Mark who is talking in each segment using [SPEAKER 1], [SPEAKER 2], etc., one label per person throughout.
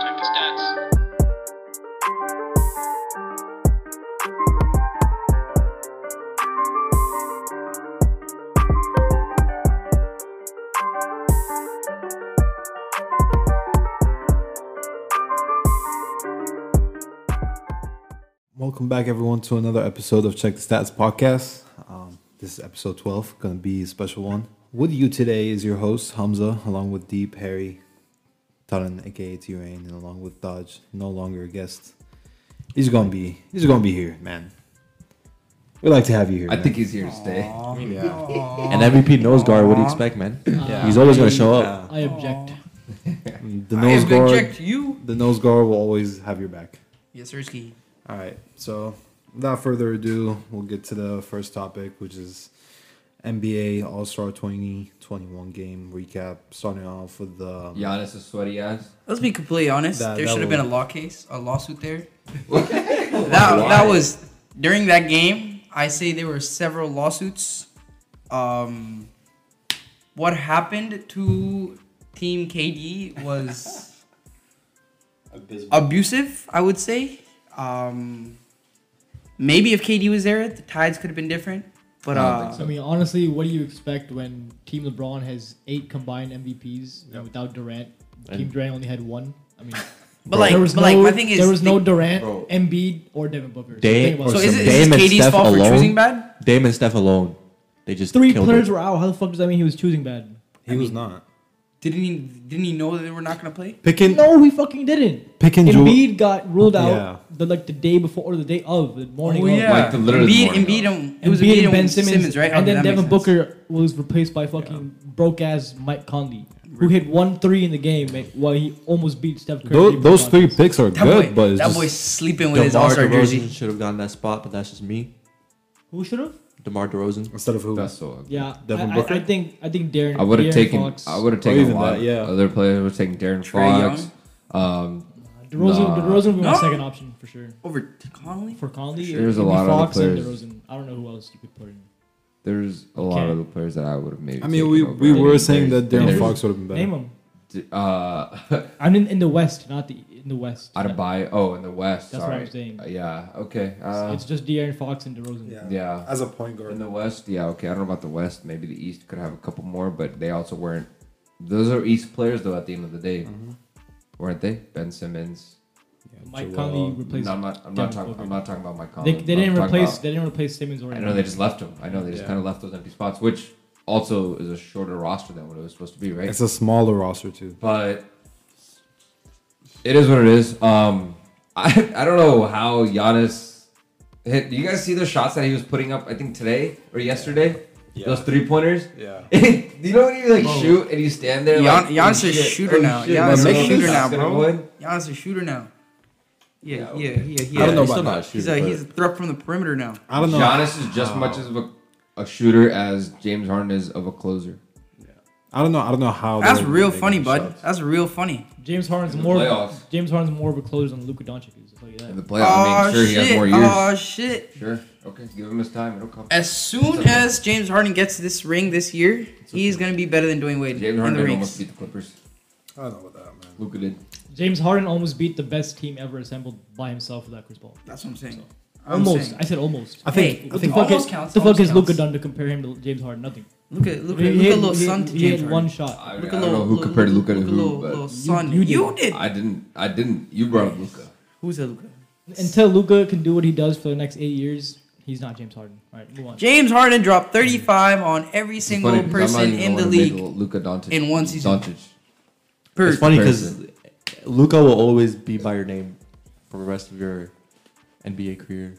[SPEAKER 1] Thanks, Dax.
[SPEAKER 2] Welcome back, everyone, to another episode of Check the Stats podcast. Um, this is episode 12, going to be a special one. With you today is your host, Hamza, along with Deep, Harry, Taran, aka T-Rain, and along with Dodge, no longer a guest. He's going to be he's going to be here, man. We like to have you here.
[SPEAKER 3] I
[SPEAKER 2] man.
[SPEAKER 3] think he's here to stay.
[SPEAKER 2] yeah.
[SPEAKER 4] And MVP nose guard, what do you expect, man? He's always gonna show up.
[SPEAKER 5] I object.
[SPEAKER 2] the nose guard.
[SPEAKER 6] you.
[SPEAKER 2] The nose guard will always have your back.
[SPEAKER 6] Yes, Sirski.
[SPEAKER 2] All right. So, without further ado, we'll get to the first topic, which is NBA All Star 2021 game recap. Starting off with the.
[SPEAKER 3] Giannis is sweaty ass.
[SPEAKER 6] Let's be completely honest.
[SPEAKER 2] That-
[SPEAKER 6] there
[SPEAKER 2] that
[SPEAKER 6] should have
[SPEAKER 2] was-
[SPEAKER 6] been a law case, a lawsuit there. that, that was during that game. I say there were several lawsuits. Um, what happened to Team KD was abusive. I would say. Um, maybe if KD was there, the tides could have been different. But
[SPEAKER 3] I
[SPEAKER 6] uh,
[SPEAKER 3] don't think
[SPEAKER 5] I mean, honestly, what do you expect when Team LeBron has eight combined MVPs and without Durant? Team Durant only had one. I mean,
[SPEAKER 6] but like,
[SPEAKER 5] there was
[SPEAKER 6] but
[SPEAKER 5] no,
[SPEAKER 6] like, my thing is
[SPEAKER 5] there was no
[SPEAKER 6] the-
[SPEAKER 5] Durant,
[SPEAKER 3] Bro.
[SPEAKER 5] Embiid, or Devin Booker. think
[SPEAKER 4] Dame
[SPEAKER 5] about
[SPEAKER 4] or
[SPEAKER 6] So
[SPEAKER 5] it.
[SPEAKER 6] is
[SPEAKER 4] some
[SPEAKER 6] it, is
[SPEAKER 4] Dame
[SPEAKER 6] this
[SPEAKER 4] and
[SPEAKER 6] KD's
[SPEAKER 4] Steph
[SPEAKER 6] fault for
[SPEAKER 4] alone.
[SPEAKER 6] choosing bad?
[SPEAKER 4] Dame and Steph alone, they just
[SPEAKER 5] three
[SPEAKER 4] killed
[SPEAKER 5] players
[SPEAKER 4] it.
[SPEAKER 5] were out. How the fuck does that mean he was choosing bad?
[SPEAKER 2] He was not.
[SPEAKER 6] Didn't he? Didn't he know that they were not gonna play?
[SPEAKER 2] Picking.
[SPEAKER 5] No, he fucking didn't.
[SPEAKER 2] Pick and Jewel-
[SPEAKER 5] Embiid got ruled out
[SPEAKER 2] Yeah.
[SPEAKER 5] the like the day before or the day of the
[SPEAKER 6] Oh,
[SPEAKER 5] morning. of.
[SPEAKER 3] Like the literally
[SPEAKER 6] Embiid,
[SPEAKER 3] morning
[SPEAKER 6] Embiid,
[SPEAKER 3] of.
[SPEAKER 6] and, it
[SPEAKER 5] It
[SPEAKER 6] was Embiid, and Ben Simmons, right?
[SPEAKER 5] And
[SPEAKER 6] Okay,
[SPEAKER 5] then
[SPEAKER 6] that makes sense.
[SPEAKER 5] Devin Booker was replaced by fucking broke ass Mike Conley, who hit one three in the game eh, while he almost beat Steph Curry.
[SPEAKER 2] Those, those three
[SPEAKER 5] picks.
[SPEAKER 2] picks are
[SPEAKER 6] That
[SPEAKER 2] good,
[SPEAKER 6] boy,
[SPEAKER 2] but it's
[SPEAKER 6] that
[SPEAKER 2] just,
[SPEAKER 6] boy's sleeping with his All
[SPEAKER 4] DeMar
[SPEAKER 6] Star
[SPEAKER 4] DeRozan
[SPEAKER 6] jersey.
[SPEAKER 4] should have gotten that spot, but that's just me.
[SPEAKER 5] Who should have?
[SPEAKER 4] DeMar DeRozan.
[SPEAKER 2] instead of who.
[SPEAKER 3] That's so ugly.
[SPEAKER 5] Yeah,
[SPEAKER 2] Devin
[SPEAKER 5] I,
[SPEAKER 2] Booker?
[SPEAKER 5] I, I think I think Darren.
[SPEAKER 3] I would have
[SPEAKER 5] De'Aaron
[SPEAKER 3] taken.
[SPEAKER 5] Fox.
[SPEAKER 3] I would have
[SPEAKER 2] Or
[SPEAKER 3] taken
[SPEAKER 2] even
[SPEAKER 3] a lot.
[SPEAKER 2] that, yeah.
[SPEAKER 3] Other players would have taken Darren
[SPEAKER 6] Trae
[SPEAKER 3] Fox. Um,
[SPEAKER 5] Uh, DeRozan.
[SPEAKER 3] Nah.
[SPEAKER 5] DeRozan would be my
[SPEAKER 6] No.
[SPEAKER 5] second option for sure.
[SPEAKER 6] Over Conley?
[SPEAKER 5] For Conley,
[SPEAKER 3] Sure.
[SPEAKER 5] it
[SPEAKER 3] There's a
[SPEAKER 5] would be
[SPEAKER 3] lot of other
[SPEAKER 5] Fox and
[SPEAKER 3] players.
[SPEAKER 5] DeRozan. I don't know who else you could put in.
[SPEAKER 3] there's a lot
[SPEAKER 5] Okay.
[SPEAKER 3] of the players that I would have maybe.
[SPEAKER 2] I mean,
[SPEAKER 3] taken
[SPEAKER 2] we,
[SPEAKER 3] over.
[SPEAKER 2] we
[SPEAKER 3] I mean,
[SPEAKER 2] were saying
[SPEAKER 3] there's-
[SPEAKER 2] that Darren
[SPEAKER 3] there's,
[SPEAKER 2] Fox would have been better.
[SPEAKER 5] Name him.
[SPEAKER 3] Uh,
[SPEAKER 5] I'm in, in the West, not the in the West.
[SPEAKER 3] Adebayo. Oh, in the West.
[SPEAKER 5] That's what
[SPEAKER 3] sorry.
[SPEAKER 5] I'm saying.
[SPEAKER 3] Uh, yeah. Okay.
[SPEAKER 5] It's-
[SPEAKER 3] Uh,
[SPEAKER 5] it's just De'Aaron Fox and DeRozan.
[SPEAKER 3] Yeah.
[SPEAKER 2] As a point guard.
[SPEAKER 3] in the West, yeah. Okay. I don't know about the West. Maybe the East could have a couple more, but they also weren't. Those are East players, though. At the end of the day,
[SPEAKER 5] Mm-hmm.
[SPEAKER 3] weren't they? Ben Simmons.
[SPEAKER 5] Mike
[SPEAKER 2] Joel.
[SPEAKER 5] Conley replaced.
[SPEAKER 3] No, I'm not. I'm not
[SPEAKER 5] Devin
[SPEAKER 3] talking.
[SPEAKER 5] Booker.
[SPEAKER 3] I'm not talking about my
[SPEAKER 5] they,
[SPEAKER 3] Conley.
[SPEAKER 5] they
[SPEAKER 3] I'm
[SPEAKER 5] didn't
[SPEAKER 3] talking
[SPEAKER 5] replace.
[SPEAKER 3] about-
[SPEAKER 5] They didn't replace Simmons or.
[SPEAKER 3] I know they just left him. I know they just
[SPEAKER 2] Yeah.
[SPEAKER 3] kind of left those empty spots, which also is a shorter roster than what it was supposed to be, right?
[SPEAKER 2] It's a smaller roster, too.
[SPEAKER 3] But it is what it is. Um, I I don't know how Giannis hit. Do you guys see the shots that he was putting up? I think today or yesterday.
[SPEAKER 2] Yeah.
[SPEAKER 3] Those three pointers.
[SPEAKER 2] Yeah.
[SPEAKER 3] you know when you like shoot and you stand there.
[SPEAKER 6] Gian-
[SPEAKER 3] like,
[SPEAKER 6] Giannis
[SPEAKER 3] oh,
[SPEAKER 6] is a
[SPEAKER 3] shit,
[SPEAKER 6] shooter
[SPEAKER 3] oh,
[SPEAKER 6] now.
[SPEAKER 3] shit,
[SPEAKER 6] Giannis
[SPEAKER 3] my
[SPEAKER 6] is a
[SPEAKER 3] brother's
[SPEAKER 6] shooter now,
[SPEAKER 3] gonna
[SPEAKER 6] bro.
[SPEAKER 3] win.
[SPEAKER 6] Giannis a shooter now. Yeah,
[SPEAKER 3] Yeah,
[SPEAKER 6] yeah,
[SPEAKER 3] okay.
[SPEAKER 6] yeah,
[SPEAKER 2] I
[SPEAKER 6] yeah.
[SPEAKER 2] don't know about
[SPEAKER 3] he's still not a
[SPEAKER 2] that.
[SPEAKER 6] He's
[SPEAKER 3] shooter,
[SPEAKER 6] a
[SPEAKER 3] but-
[SPEAKER 6] he's a threat from the perimeter now.
[SPEAKER 2] I don't know.
[SPEAKER 3] Giannis is just much as of a, a shooter as James Harden is of a closer.
[SPEAKER 2] I don't know. I don't know how. they
[SPEAKER 6] That's
[SPEAKER 2] were
[SPEAKER 6] real
[SPEAKER 2] making
[SPEAKER 6] funny, bud.
[SPEAKER 2] shots.
[SPEAKER 6] That's real funny.
[SPEAKER 5] James Harden's
[SPEAKER 3] In the
[SPEAKER 5] more.
[SPEAKER 3] playoffs.
[SPEAKER 5] James Harden's more of a closer than Luka Doncic is. It's like that.
[SPEAKER 3] In the playoffs, I
[SPEAKER 6] Oh
[SPEAKER 3] mean, sure he has
[SPEAKER 6] shit!
[SPEAKER 3] more years.
[SPEAKER 6] Oh shit!
[SPEAKER 3] sure, okay, give him his time. It'll come.
[SPEAKER 6] As soon as James Harden gets this ring this year, he's gonna be better than Dwayne Wade
[SPEAKER 3] James
[SPEAKER 6] in
[SPEAKER 3] Harden
[SPEAKER 6] the
[SPEAKER 3] did
[SPEAKER 6] rings.
[SPEAKER 3] almost beat the Clippers.
[SPEAKER 2] I don't know about that, man.
[SPEAKER 3] Luka did.
[SPEAKER 5] James Harden almost beat the best team ever assembled by himself without Chris Paul.
[SPEAKER 6] That's what I'm saying. I'm
[SPEAKER 5] Almost.
[SPEAKER 6] saying.
[SPEAKER 5] I said almost.
[SPEAKER 2] I think.
[SPEAKER 6] Hey,
[SPEAKER 2] I
[SPEAKER 5] What the
[SPEAKER 2] think.
[SPEAKER 5] fuck,
[SPEAKER 6] almost
[SPEAKER 5] is,
[SPEAKER 6] counts,
[SPEAKER 5] the fuck
[SPEAKER 6] almost
[SPEAKER 5] has Luka
[SPEAKER 6] counts.
[SPEAKER 5] done to compare him to James Harden? Nothing.
[SPEAKER 6] Look at look
[SPEAKER 5] He
[SPEAKER 6] at look
[SPEAKER 5] had-
[SPEAKER 6] at little
[SPEAKER 5] he had-
[SPEAKER 6] son to
[SPEAKER 5] he
[SPEAKER 6] James
[SPEAKER 5] had
[SPEAKER 6] Harden.
[SPEAKER 5] one shot.
[SPEAKER 3] I, I
[SPEAKER 6] Look
[SPEAKER 3] don't
[SPEAKER 6] at little,
[SPEAKER 3] know who
[SPEAKER 6] little-
[SPEAKER 3] compared Luka to
[SPEAKER 6] look at little-
[SPEAKER 3] who,
[SPEAKER 6] little
[SPEAKER 3] but
[SPEAKER 6] son.
[SPEAKER 5] you
[SPEAKER 6] You,
[SPEAKER 5] did.
[SPEAKER 6] did.
[SPEAKER 3] I didn't. I didn't. You brought up Luka.
[SPEAKER 6] Who's that? Luka?
[SPEAKER 5] Until Luka can do what he does for the next eight years, he's not James Harden. All right, move on.
[SPEAKER 6] James Harden dropped 35 on every
[SPEAKER 3] It's
[SPEAKER 6] single
[SPEAKER 3] funny 'cause I'm not
[SPEAKER 6] person
[SPEAKER 3] even
[SPEAKER 6] in the
[SPEAKER 3] one to make
[SPEAKER 6] league.
[SPEAKER 3] Luka Doncic
[SPEAKER 6] in one season.
[SPEAKER 3] Doncic.
[SPEAKER 4] It's
[SPEAKER 6] Per
[SPEAKER 4] funny because
[SPEAKER 3] Person.
[SPEAKER 4] Luca will always be by your name for the rest of your NBA career.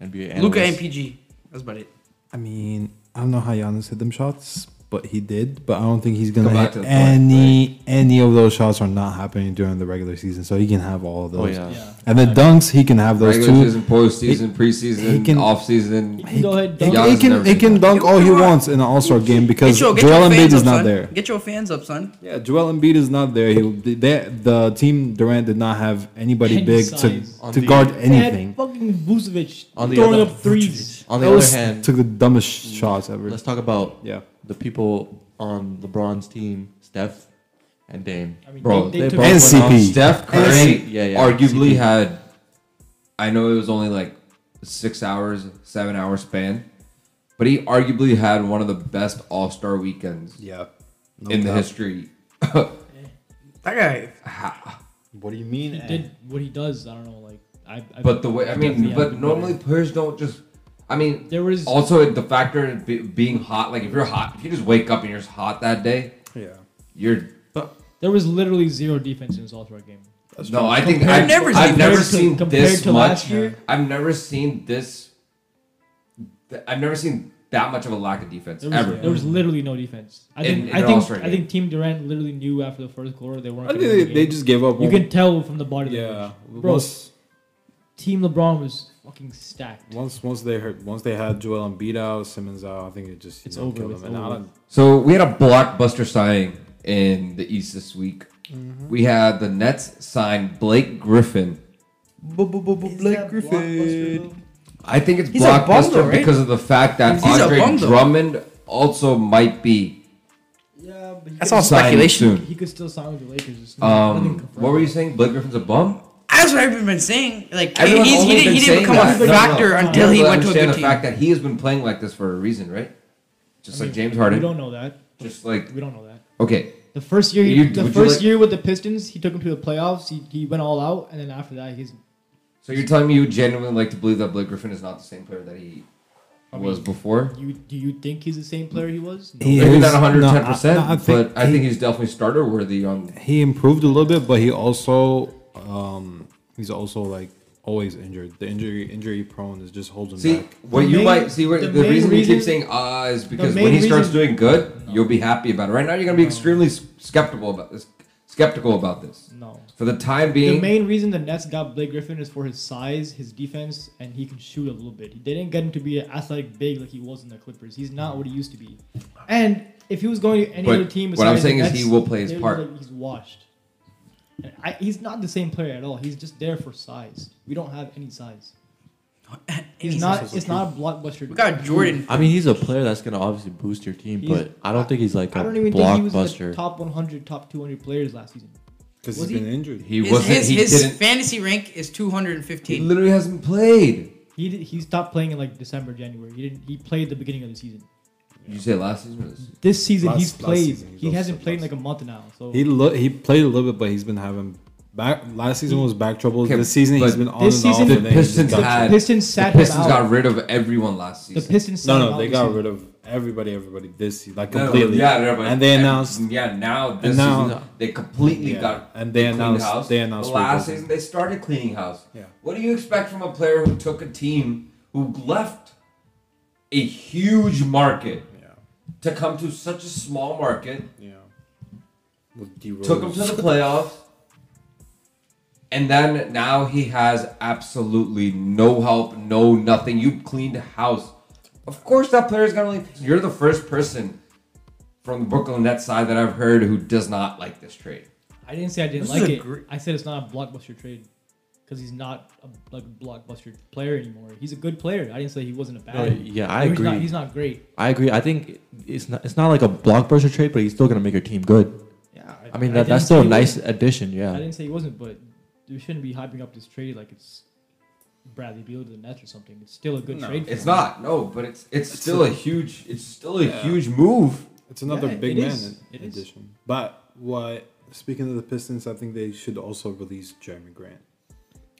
[SPEAKER 4] NBA analyst.
[SPEAKER 6] Luca and PG. That's about it.
[SPEAKER 2] I mean, I don't know how Giannis hit them shots, but he did. But I don't think he's gonna
[SPEAKER 3] Go back
[SPEAKER 2] hit
[SPEAKER 3] to the point,
[SPEAKER 2] any any of those shots are not happening during the regular season, so he can have all of
[SPEAKER 4] Oh
[SPEAKER 2] those.
[SPEAKER 4] yeah.
[SPEAKER 5] Yeah.
[SPEAKER 2] And the dunks, he can have those too.
[SPEAKER 3] Regular season, postseason, preseason,
[SPEAKER 2] he can-
[SPEAKER 3] off season.
[SPEAKER 5] He can go ahead.
[SPEAKER 2] He,
[SPEAKER 5] dunk.
[SPEAKER 3] Giannis
[SPEAKER 2] he can
[SPEAKER 3] never
[SPEAKER 2] he
[SPEAKER 3] seen
[SPEAKER 2] can
[SPEAKER 3] that.
[SPEAKER 2] dunk all he
[SPEAKER 6] You're right.
[SPEAKER 2] wants in an All Star game because
[SPEAKER 6] Get your, get
[SPEAKER 2] Joel
[SPEAKER 6] your
[SPEAKER 2] Embiid
[SPEAKER 6] fans
[SPEAKER 2] is
[SPEAKER 6] up,
[SPEAKER 2] not
[SPEAKER 6] son.
[SPEAKER 2] there.
[SPEAKER 6] Get your fans up, son.
[SPEAKER 2] Yeah, Joel Embiid is not there. He they, the team Durant did not have anybody
[SPEAKER 5] Any
[SPEAKER 2] big to,
[SPEAKER 5] size.
[SPEAKER 4] On
[SPEAKER 2] to
[SPEAKER 4] the-
[SPEAKER 2] guard
[SPEAKER 5] They had
[SPEAKER 2] anything.
[SPEAKER 5] fucking Vucevic
[SPEAKER 4] On the
[SPEAKER 5] throwing
[SPEAKER 4] other-
[SPEAKER 5] up threes.
[SPEAKER 4] On the
[SPEAKER 2] That
[SPEAKER 4] other
[SPEAKER 2] was
[SPEAKER 4] hand,
[SPEAKER 2] took the dumbest shots ever.
[SPEAKER 4] let's talk about
[SPEAKER 2] Yeah.
[SPEAKER 4] the people on LeBron's team, Steph, and Dame.
[SPEAKER 5] I mean,
[SPEAKER 3] Bro,
[SPEAKER 5] they,
[SPEAKER 4] they
[SPEAKER 5] they took
[SPEAKER 4] both
[SPEAKER 5] it
[SPEAKER 2] And
[SPEAKER 4] went
[SPEAKER 2] CP.
[SPEAKER 4] off.
[SPEAKER 3] Steph Curry
[SPEAKER 4] CP, yeah, yeah,
[SPEAKER 3] arguably
[SPEAKER 4] CP.
[SPEAKER 3] had, I know it was only like six hours, seven hour span, but he arguably had one of the best All Star weekends
[SPEAKER 2] Yeah. No
[SPEAKER 3] in the
[SPEAKER 2] doubt.
[SPEAKER 3] history.
[SPEAKER 6] That guy.
[SPEAKER 2] What do you mean?
[SPEAKER 5] he
[SPEAKER 2] eh?
[SPEAKER 5] did what he does. I don't know, like I. I
[SPEAKER 3] But the way I mean,
[SPEAKER 5] definitely
[SPEAKER 3] but
[SPEAKER 5] have
[SPEAKER 3] normally
[SPEAKER 5] better.
[SPEAKER 3] players don't just. I mean,
[SPEAKER 5] there was
[SPEAKER 3] also the factor of be, being hot. Like if you're hot, if you just wake up and you're just hot that day,
[SPEAKER 2] Yeah.
[SPEAKER 3] you're.
[SPEAKER 5] there was literally zero defense in his All Star game.
[SPEAKER 2] That's
[SPEAKER 3] no,
[SPEAKER 2] true.
[SPEAKER 3] I think
[SPEAKER 6] Compared-
[SPEAKER 3] I've
[SPEAKER 6] Never
[SPEAKER 3] never, I've
[SPEAKER 6] seen-
[SPEAKER 3] never
[SPEAKER 5] compared to-
[SPEAKER 3] seen
[SPEAKER 5] compared
[SPEAKER 3] this
[SPEAKER 5] to
[SPEAKER 3] much.
[SPEAKER 5] last year?
[SPEAKER 3] I've never seen this. th- I've never seen that much of a lack of defense
[SPEAKER 5] There
[SPEAKER 3] ever.
[SPEAKER 5] was, there was literally no defense. I
[SPEAKER 3] In-
[SPEAKER 5] think
[SPEAKER 3] in
[SPEAKER 5] I
[SPEAKER 3] an
[SPEAKER 5] think
[SPEAKER 3] All-Star
[SPEAKER 5] I think Team Durant literally knew after the first quarter they weren't.
[SPEAKER 2] I think
[SPEAKER 5] gonna
[SPEAKER 2] they,
[SPEAKER 5] win the
[SPEAKER 2] they
[SPEAKER 5] game.
[SPEAKER 2] just gave up.
[SPEAKER 5] you
[SPEAKER 2] on-
[SPEAKER 5] can tell from the body.
[SPEAKER 2] Yeah.
[SPEAKER 5] language. bro.
[SPEAKER 2] Once,
[SPEAKER 5] Team LeBron was fucking stacked.
[SPEAKER 2] once once they hurt, once they had Joel Embiid out, Simmons out, I think it just you
[SPEAKER 5] It's
[SPEAKER 2] know,
[SPEAKER 5] over
[SPEAKER 2] killed
[SPEAKER 5] with,
[SPEAKER 2] them. And I
[SPEAKER 5] over
[SPEAKER 2] don't-
[SPEAKER 3] So we had a blockbuster signing in the East this week.
[SPEAKER 6] Mm-hmm.
[SPEAKER 3] We had the Nets sign Blake Griffin.
[SPEAKER 6] Blake Griffin.
[SPEAKER 3] I think it's
[SPEAKER 6] He's a
[SPEAKER 3] blockbuster
[SPEAKER 6] bum, though, right?
[SPEAKER 3] because of the fact that
[SPEAKER 6] He's a
[SPEAKER 3] Andre
[SPEAKER 6] bum, though.
[SPEAKER 3] Drummond also might be
[SPEAKER 5] Yeah, but
[SPEAKER 6] That's all
[SPEAKER 3] signed
[SPEAKER 6] speculation.
[SPEAKER 3] soon.
[SPEAKER 5] He could still sign with the Lakers. It's not- nothing
[SPEAKER 3] Um,
[SPEAKER 5] confirmed.
[SPEAKER 3] what were you saying? Blake Griffin's a bum.
[SPEAKER 6] That's what everyone been saying. Like he,
[SPEAKER 3] Everyone's
[SPEAKER 6] he's,
[SPEAKER 3] only
[SPEAKER 6] he, didn't,
[SPEAKER 3] been
[SPEAKER 6] he didn't
[SPEAKER 3] saying
[SPEAKER 6] become
[SPEAKER 3] that.
[SPEAKER 6] a
[SPEAKER 3] No, no, no.
[SPEAKER 6] factor
[SPEAKER 3] You
[SPEAKER 6] until
[SPEAKER 3] have
[SPEAKER 6] he went
[SPEAKER 3] to
[SPEAKER 6] to a
[SPEAKER 3] understand
[SPEAKER 6] good
[SPEAKER 3] the
[SPEAKER 6] team.
[SPEAKER 3] fact that he has been playing like this for a reason, right? Just
[SPEAKER 5] I
[SPEAKER 3] like
[SPEAKER 5] mean,
[SPEAKER 3] James Harden.
[SPEAKER 5] We don't know that.
[SPEAKER 3] Just like
[SPEAKER 5] We don't know that.
[SPEAKER 3] okay,
[SPEAKER 5] The first year, he,
[SPEAKER 3] You-
[SPEAKER 5] the
[SPEAKER 3] would you
[SPEAKER 5] first
[SPEAKER 3] like-
[SPEAKER 5] year with the Pistons, he took him to the playoffs. He, he went all out, and then after that, he's
[SPEAKER 3] so you're telling me you genuinely like to believe that Blake Griffin is not the same player that he
[SPEAKER 5] I
[SPEAKER 3] was
[SPEAKER 5] mean,
[SPEAKER 3] before?
[SPEAKER 5] you. Do you think he's the same player he was? No.
[SPEAKER 2] He
[SPEAKER 3] Maybe
[SPEAKER 2] is-
[SPEAKER 3] not 110, percent
[SPEAKER 2] no, I- no, I think
[SPEAKER 3] but I think he's definitely starter worthy. On
[SPEAKER 2] he improved a little bit, but he also um he's also like always injured. The injury injury prone is just holding
[SPEAKER 3] see
[SPEAKER 2] back.
[SPEAKER 3] what
[SPEAKER 5] The
[SPEAKER 3] you
[SPEAKER 5] main-
[SPEAKER 3] might see. What, the
[SPEAKER 5] the main
[SPEAKER 3] reason you keep
[SPEAKER 5] reason-
[SPEAKER 3] saying ah is because
[SPEAKER 5] main
[SPEAKER 3] when he starts
[SPEAKER 5] reason-
[SPEAKER 3] doing good, you'll be happy about it. Right now, you're gonna be
[SPEAKER 5] No.
[SPEAKER 3] extremely s- skeptical about this. Skeptical about this
[SPEAKER 5] No.
[SPEAKER 3] for the time
[SPEAKER 5] The
[SPEAKER 3] being.
[SPEAKER 5] main reason the Nets got Blake Griffin is for his size, his defense, and he can shoot a little bit. They didn't get him to be an athletic big like he was in the Clippers. He's not what he used to be. And if he was going to any
[SPEAKER 3] But
[SPEAKER 5] other team,
[SPEAKER 3] what I'm
[SPEAKER 5] besides the
[SPEAKER 3] saying is
[SPEAKER 5] Nets,
[SPEAKER 3] he will play his
[SPEAKER 5] they would
[SPEAKER 3] part.
[SPEAKER 5] be like, he's washed. And I, he's not the same player at all. He's just there for size. We don't have any size. He's not.
[SPEAKER 2] also
[SPEAKER 5] It's not a blockbuster.
[SPEAKER 6] We got Jordan.
[SPEAKER 4] I mean, he's a player that's gonna obviously boost your team,
[SPEAKER 5] He's-
[SPEAKER 4] but I don't think he's like a
[SPEAKER 5] I don't even think he was in
[SPEAKER 4] blockbuster.
[SPEAKER 5] the top 100, top 200 players last season.
[SPEAKER 2] Because
[SPEAKER 5] Was
[SPEAKER 2] he's been injured.
[SPEAKER 3] he
[SPEAKER 6] His,
[SPEAKER 3] wasn't.
[SPEAKER 6] his,
[SPEAKER 3] he
[SPEAKER 6] his
[SPEAKER 3] didn't.
[SPEAKER 6] fantasy rank is
[SPEAKER 3] He
[SPEAKER 6] 215.
[SPEAKER 3] literally hasn't played.
[SPEAKER 5] He did, he stopped playing in like December, January. He didn't. He played the beginning of the season.
[SPEAKER 3] You say last season or this season?
[SPEAKER 5] This season
[SPEAKER 2] Last-
[SPEAKER 5] he's
[SPEAKER 2] last
[SPEAKER 5] played.
[SPEAKER 2] season, he's
[SPEAKER 5] he
[SPEAKER 2] also
[SPEAKER 5] hasn't played in
[SPEAKER 2] last-
[SPEAKER 5] like a month now. So
[SPEAKER 2] He lo- he played a little bit, but he's been having back. Last season was back troubles.
[SPEAKER 3] Okay,
[SPEAKER 2] this season he's
[SPEAKER 3] but
[SPEAKER 2] been on
[SPEAKER 5] this
[SPEAKER 2] and off. and
[SPEAKER 5] season-
[SPEAKER 3] The
[SPEAKER 2] then he just
[SPEAKER 3] Pistons
[SPEAKER 2] got-
[SPEAKER 3] had
[SPEAKER 5] the Pistons
[SPEAKER 3] The
[SPEAKER 5] sat him
[SPEAKER 3] Pistons
[SPEAKER 5] out.
[SPEAKER 3] got rid of everyone last
[SPEAKER 5] the
[SPEAKER 3] season.
[SPEAKER 5] Pistons sat
[SPEAKER 2] no
[SPEAKER 5] him
[SPEAKER 2] no
[SPEAKER 5] out
[SPEAKER 2] they
[SPEAKER 5] this
[SPEAKER 2] got
[SPEAKER 5] season.
[SPEAKER 2] rid of everybody everybody this season like
[SPEAKER 3] No, no,
[SPEAKER 2] completely.
[SPEAKER 3] yeah, yeah, but
[SPEAKER 2] and they
[SPEAKER 3] every-
[SPEAKER 2] announced
[SPEAKER 3] yeah, now this
[SPEAKER 2] now-
[SPEAKER 3] season they completely
[SPEAKER 2] Yeah,
[SPEAKER 3] got
[SPEAKER 2] and they
[SPEAKER 3] cleaned
[SPEAKER 2] announced-
[SPEAKER 3] house.
[SPEAKER 2] they announced
[SPEAKER 3] The last
[SPEAKER 2] rebuilding.
[SPEAKER 3] season they started cleaning house.
[SPEAKER 2] Yeah.
[SPEAKER 3] What do you expect from a player who took a team who left a huge market
[SPEAKER 2] yeah
[SPEAKER 3] to come to such a small market,
[SPEAKER 2] yeah. With D
[SPEAKER 3] took him
[SPEAKER 2] Rose.
[SPEAKER 3] to the playoffs, and then now he has absolutely no help, no nothing. You cleaned house. Of course, that player is gonna leave. You're the first person from the Brooklyn Nets side that I've heard who does not like this trade.
[SPEAKER 5] I didn't say I didn't
[SPEAKER 6] This is
[SPEAKER 5] like
[SPEAKER 6] a
[SPEAKER 5] it.
[SPEAKER 6] great-
[SPEAKER 5] I said it's not a blockbuster trade because he's not a like blockbuster player anymore. He's a good player. I didn't say he wasn't a bad.
[SPEAKER 4] No, yeah, I
[SPEAKER 5] he's
[SPEAKER 4] agree.
[SPEAKER 5] Not, he's not great.
[SPEAKER 4] I agree. I think it's not it's not like a blockbuster trade, but he's still gonna make your team good.
[SPEAKER 5] Yeah,
[SPEAKER 4] I mean,
[SPEAKER 5] I
[SPEAKER 4] that,
[SPEAKER 5] didn't
[SPEAKER 4] that's still a
[SPEAKER 5] say he
[SPEAKER 4] nice
[SPEAKER 5] wasn't-
[SPEAKER 4] addition.
[SPEAKER 5] I
[SPEAKER 4] Yeah.
[SPEAKER 5] didn't say he wasn't, but we shouldn't be hyping up this trade like it's Bradley Beal to the Nets or something. It's still a good
[SPEAKER 2] No,
[SPEAKER 5] trade. for
[SPEAKER 3] It's
[SPEAKER 5] him.
[SPEAKER 3] not. No, but it's it's,
[SPEAKER 2] It's
[SPEAKER 3] still a,
[SPEAKER 2] a-
[SPEAKER 3] huge. It's still a
[SPEAKER 2] Yeah.
[SPEAKER 3] huge move.
[SPEAKER 2] It's another
[SPEAKER 5] Yeah,
[SPEAKER 2] big
[SPEAKER 5] it
[SPEAKER 2] man
[SPEAKER 5] is.
[SPEAKER 2] in
[SPEAKER 5] It is.
[SPEAKER 2] addition. But what speaking of the Pistons, I think they should also release Jeremy Grant.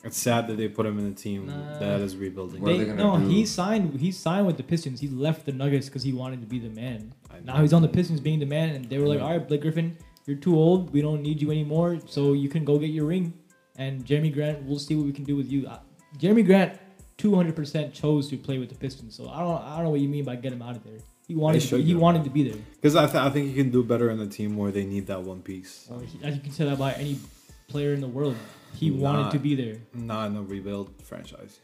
[SPEAKER 2] It's sad that they put him in a team
[SPEAKER 5] Nah.
[SPEAKER 2] that is rebuilding.
[SPEAKER 3] What are
[SPEAKER 5] They-
[SPEAKER 3] they
[SPEAKER 5] no,
[SPEAKER 3] gonna do?
[SPEAKER 5] he signed. He signed with the Pistons. He left the Nuggets because he wanted to be the man.
[SPEAKER 2] I know.
[SPEAKER 5] Now he's on the Pistons being the man, and they were like,
[SPEAKER 2] Yeah.
[SPEAKER 5] "All right, Blake Griffin, you're too old. We don't need you anymore. So you can go get your ring." And Jeremy Grant, we'll see what we can do with you. Uh, Jeremy Grant, 200% chose to play with the Pistons. So I don't, I don't know what you mean by get him out of there. He wanted, to
[SPEAKER 2] should
[SPEAKER 5] be, he
[SPEAKER 2] get him.
[SPEAKER 5] wanted to be there.
[SPEAKER 2] Because I, th- I think he can do better in a team where they need that one piece.
[SPEAKER 5] So he- you can say that about any player in the world. He wanted
[SPEAKER 2] Not-
[SPEAKER 5] to be there.
[SPEAKER 2] Not in a rebuild franchise.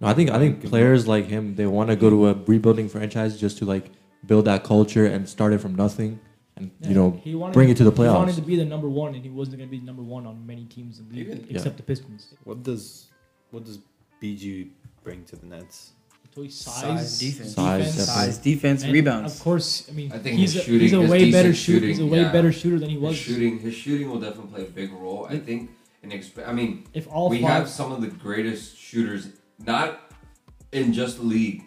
[SPEAKER 4] No, I think I think players like him they want to go to a rebuilding franchise just to like build that culture and start it from nothing and you
[SPEAKER 5] Yeah,
[SPEAKER 4] know
[SPEAKER 5] he wanted,
[SPEAKER 4] bring it to the
[SPEAKER 5] He wanted to
[SPEAKER 4] playoffs.
[SPEAKER 5] be the number one, and he wasn't going to be the number one on many teams in the league
[SPEAKER 3] Even-
[SPEAKER 5] except the Pistons.
[SPEAKER 2] What does what does BG bring to the Nets?
[SPEAKER 5] Toy size,
[SPEAKER 6] defense.
[SPEAKER 4] Size,
[SPEAKER 6] Size,
[SPEAKER 4] Size,
[SPEAKER 6] defense,
[SPEAKER 5] And
[SPEAKER 6] rebounds.
[SPEAKER 5] Of course, I mean,
[SPEAKER 3] I think
[SPEAKER 5] he's,
[SPEAKER 3] his
[SPEAKER 5] a,
[SPEAKER 3] shooting
[SPEAKER 5] he's a
[SPEAKER 3] is
[SPEAKER 5] way better
[SPEAKER 3] decent
[SPEAKER 5] shooter. He's a
[SPEAKER 3] shooting,
[SPEAKER 5] way
[SPEAKER 3] yeah.
[SPEAKER 5] better shooter than he
[SPEAKER 3] His
[SPEAKER 5] was.
[SPEAKER 3] shooting, his shooting will definitely play a big role. I think, and exp- I mean,
[SPEAKER 5] If all
[SPEAKER 3] we
[SPEAKER 5] five,
[SPEAKER 3] have some of the greatest shooters, not in just the league,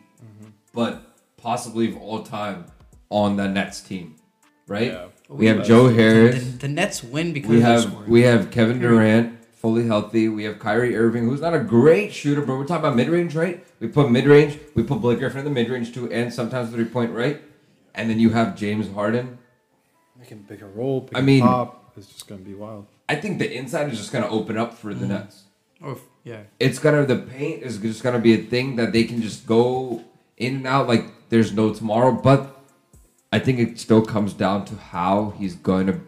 [SPEAKER 3] but possibly of all time on the Nets team, right?
[SPEAKER 1] Yeah.
[SPEAKER 3] We have Joe
[SPEAKER 6] The,
[SPEAKER 3] Harris.
[SPEAKER 6] the Nets win because
[SPEAKER 3] We
[SPEAKER 6] of
[SPEAKER 3] have
[SPEAKER 6] scoring.
[SPEAKER 3] we have Kevin Durant fully healthy. We have Kyrie Irving, who's not a great shooter, but we're talking about mid range, right? We put mid range. We put Blake Griffin in the mid range too, and sometimes three point, right? And then you have James Harden.
[SPEAKER 2] Making pick and roll, pick
[SPEAKER 3] I
[SPEAKER 2] and
[SPEAKER 3] mean-
[SPEAKER 2] pop. It's just gonna be wild.
[SPEAKER 3] I think the inside is just going to open up for the Nets.
[SPEAKER 6] Oh, yeah.
[SPEAKER 3] it's gonna the paint is just gonna be a thing that they can just go in and out like there's no tomorrow. But I think it still comes down to how he's going to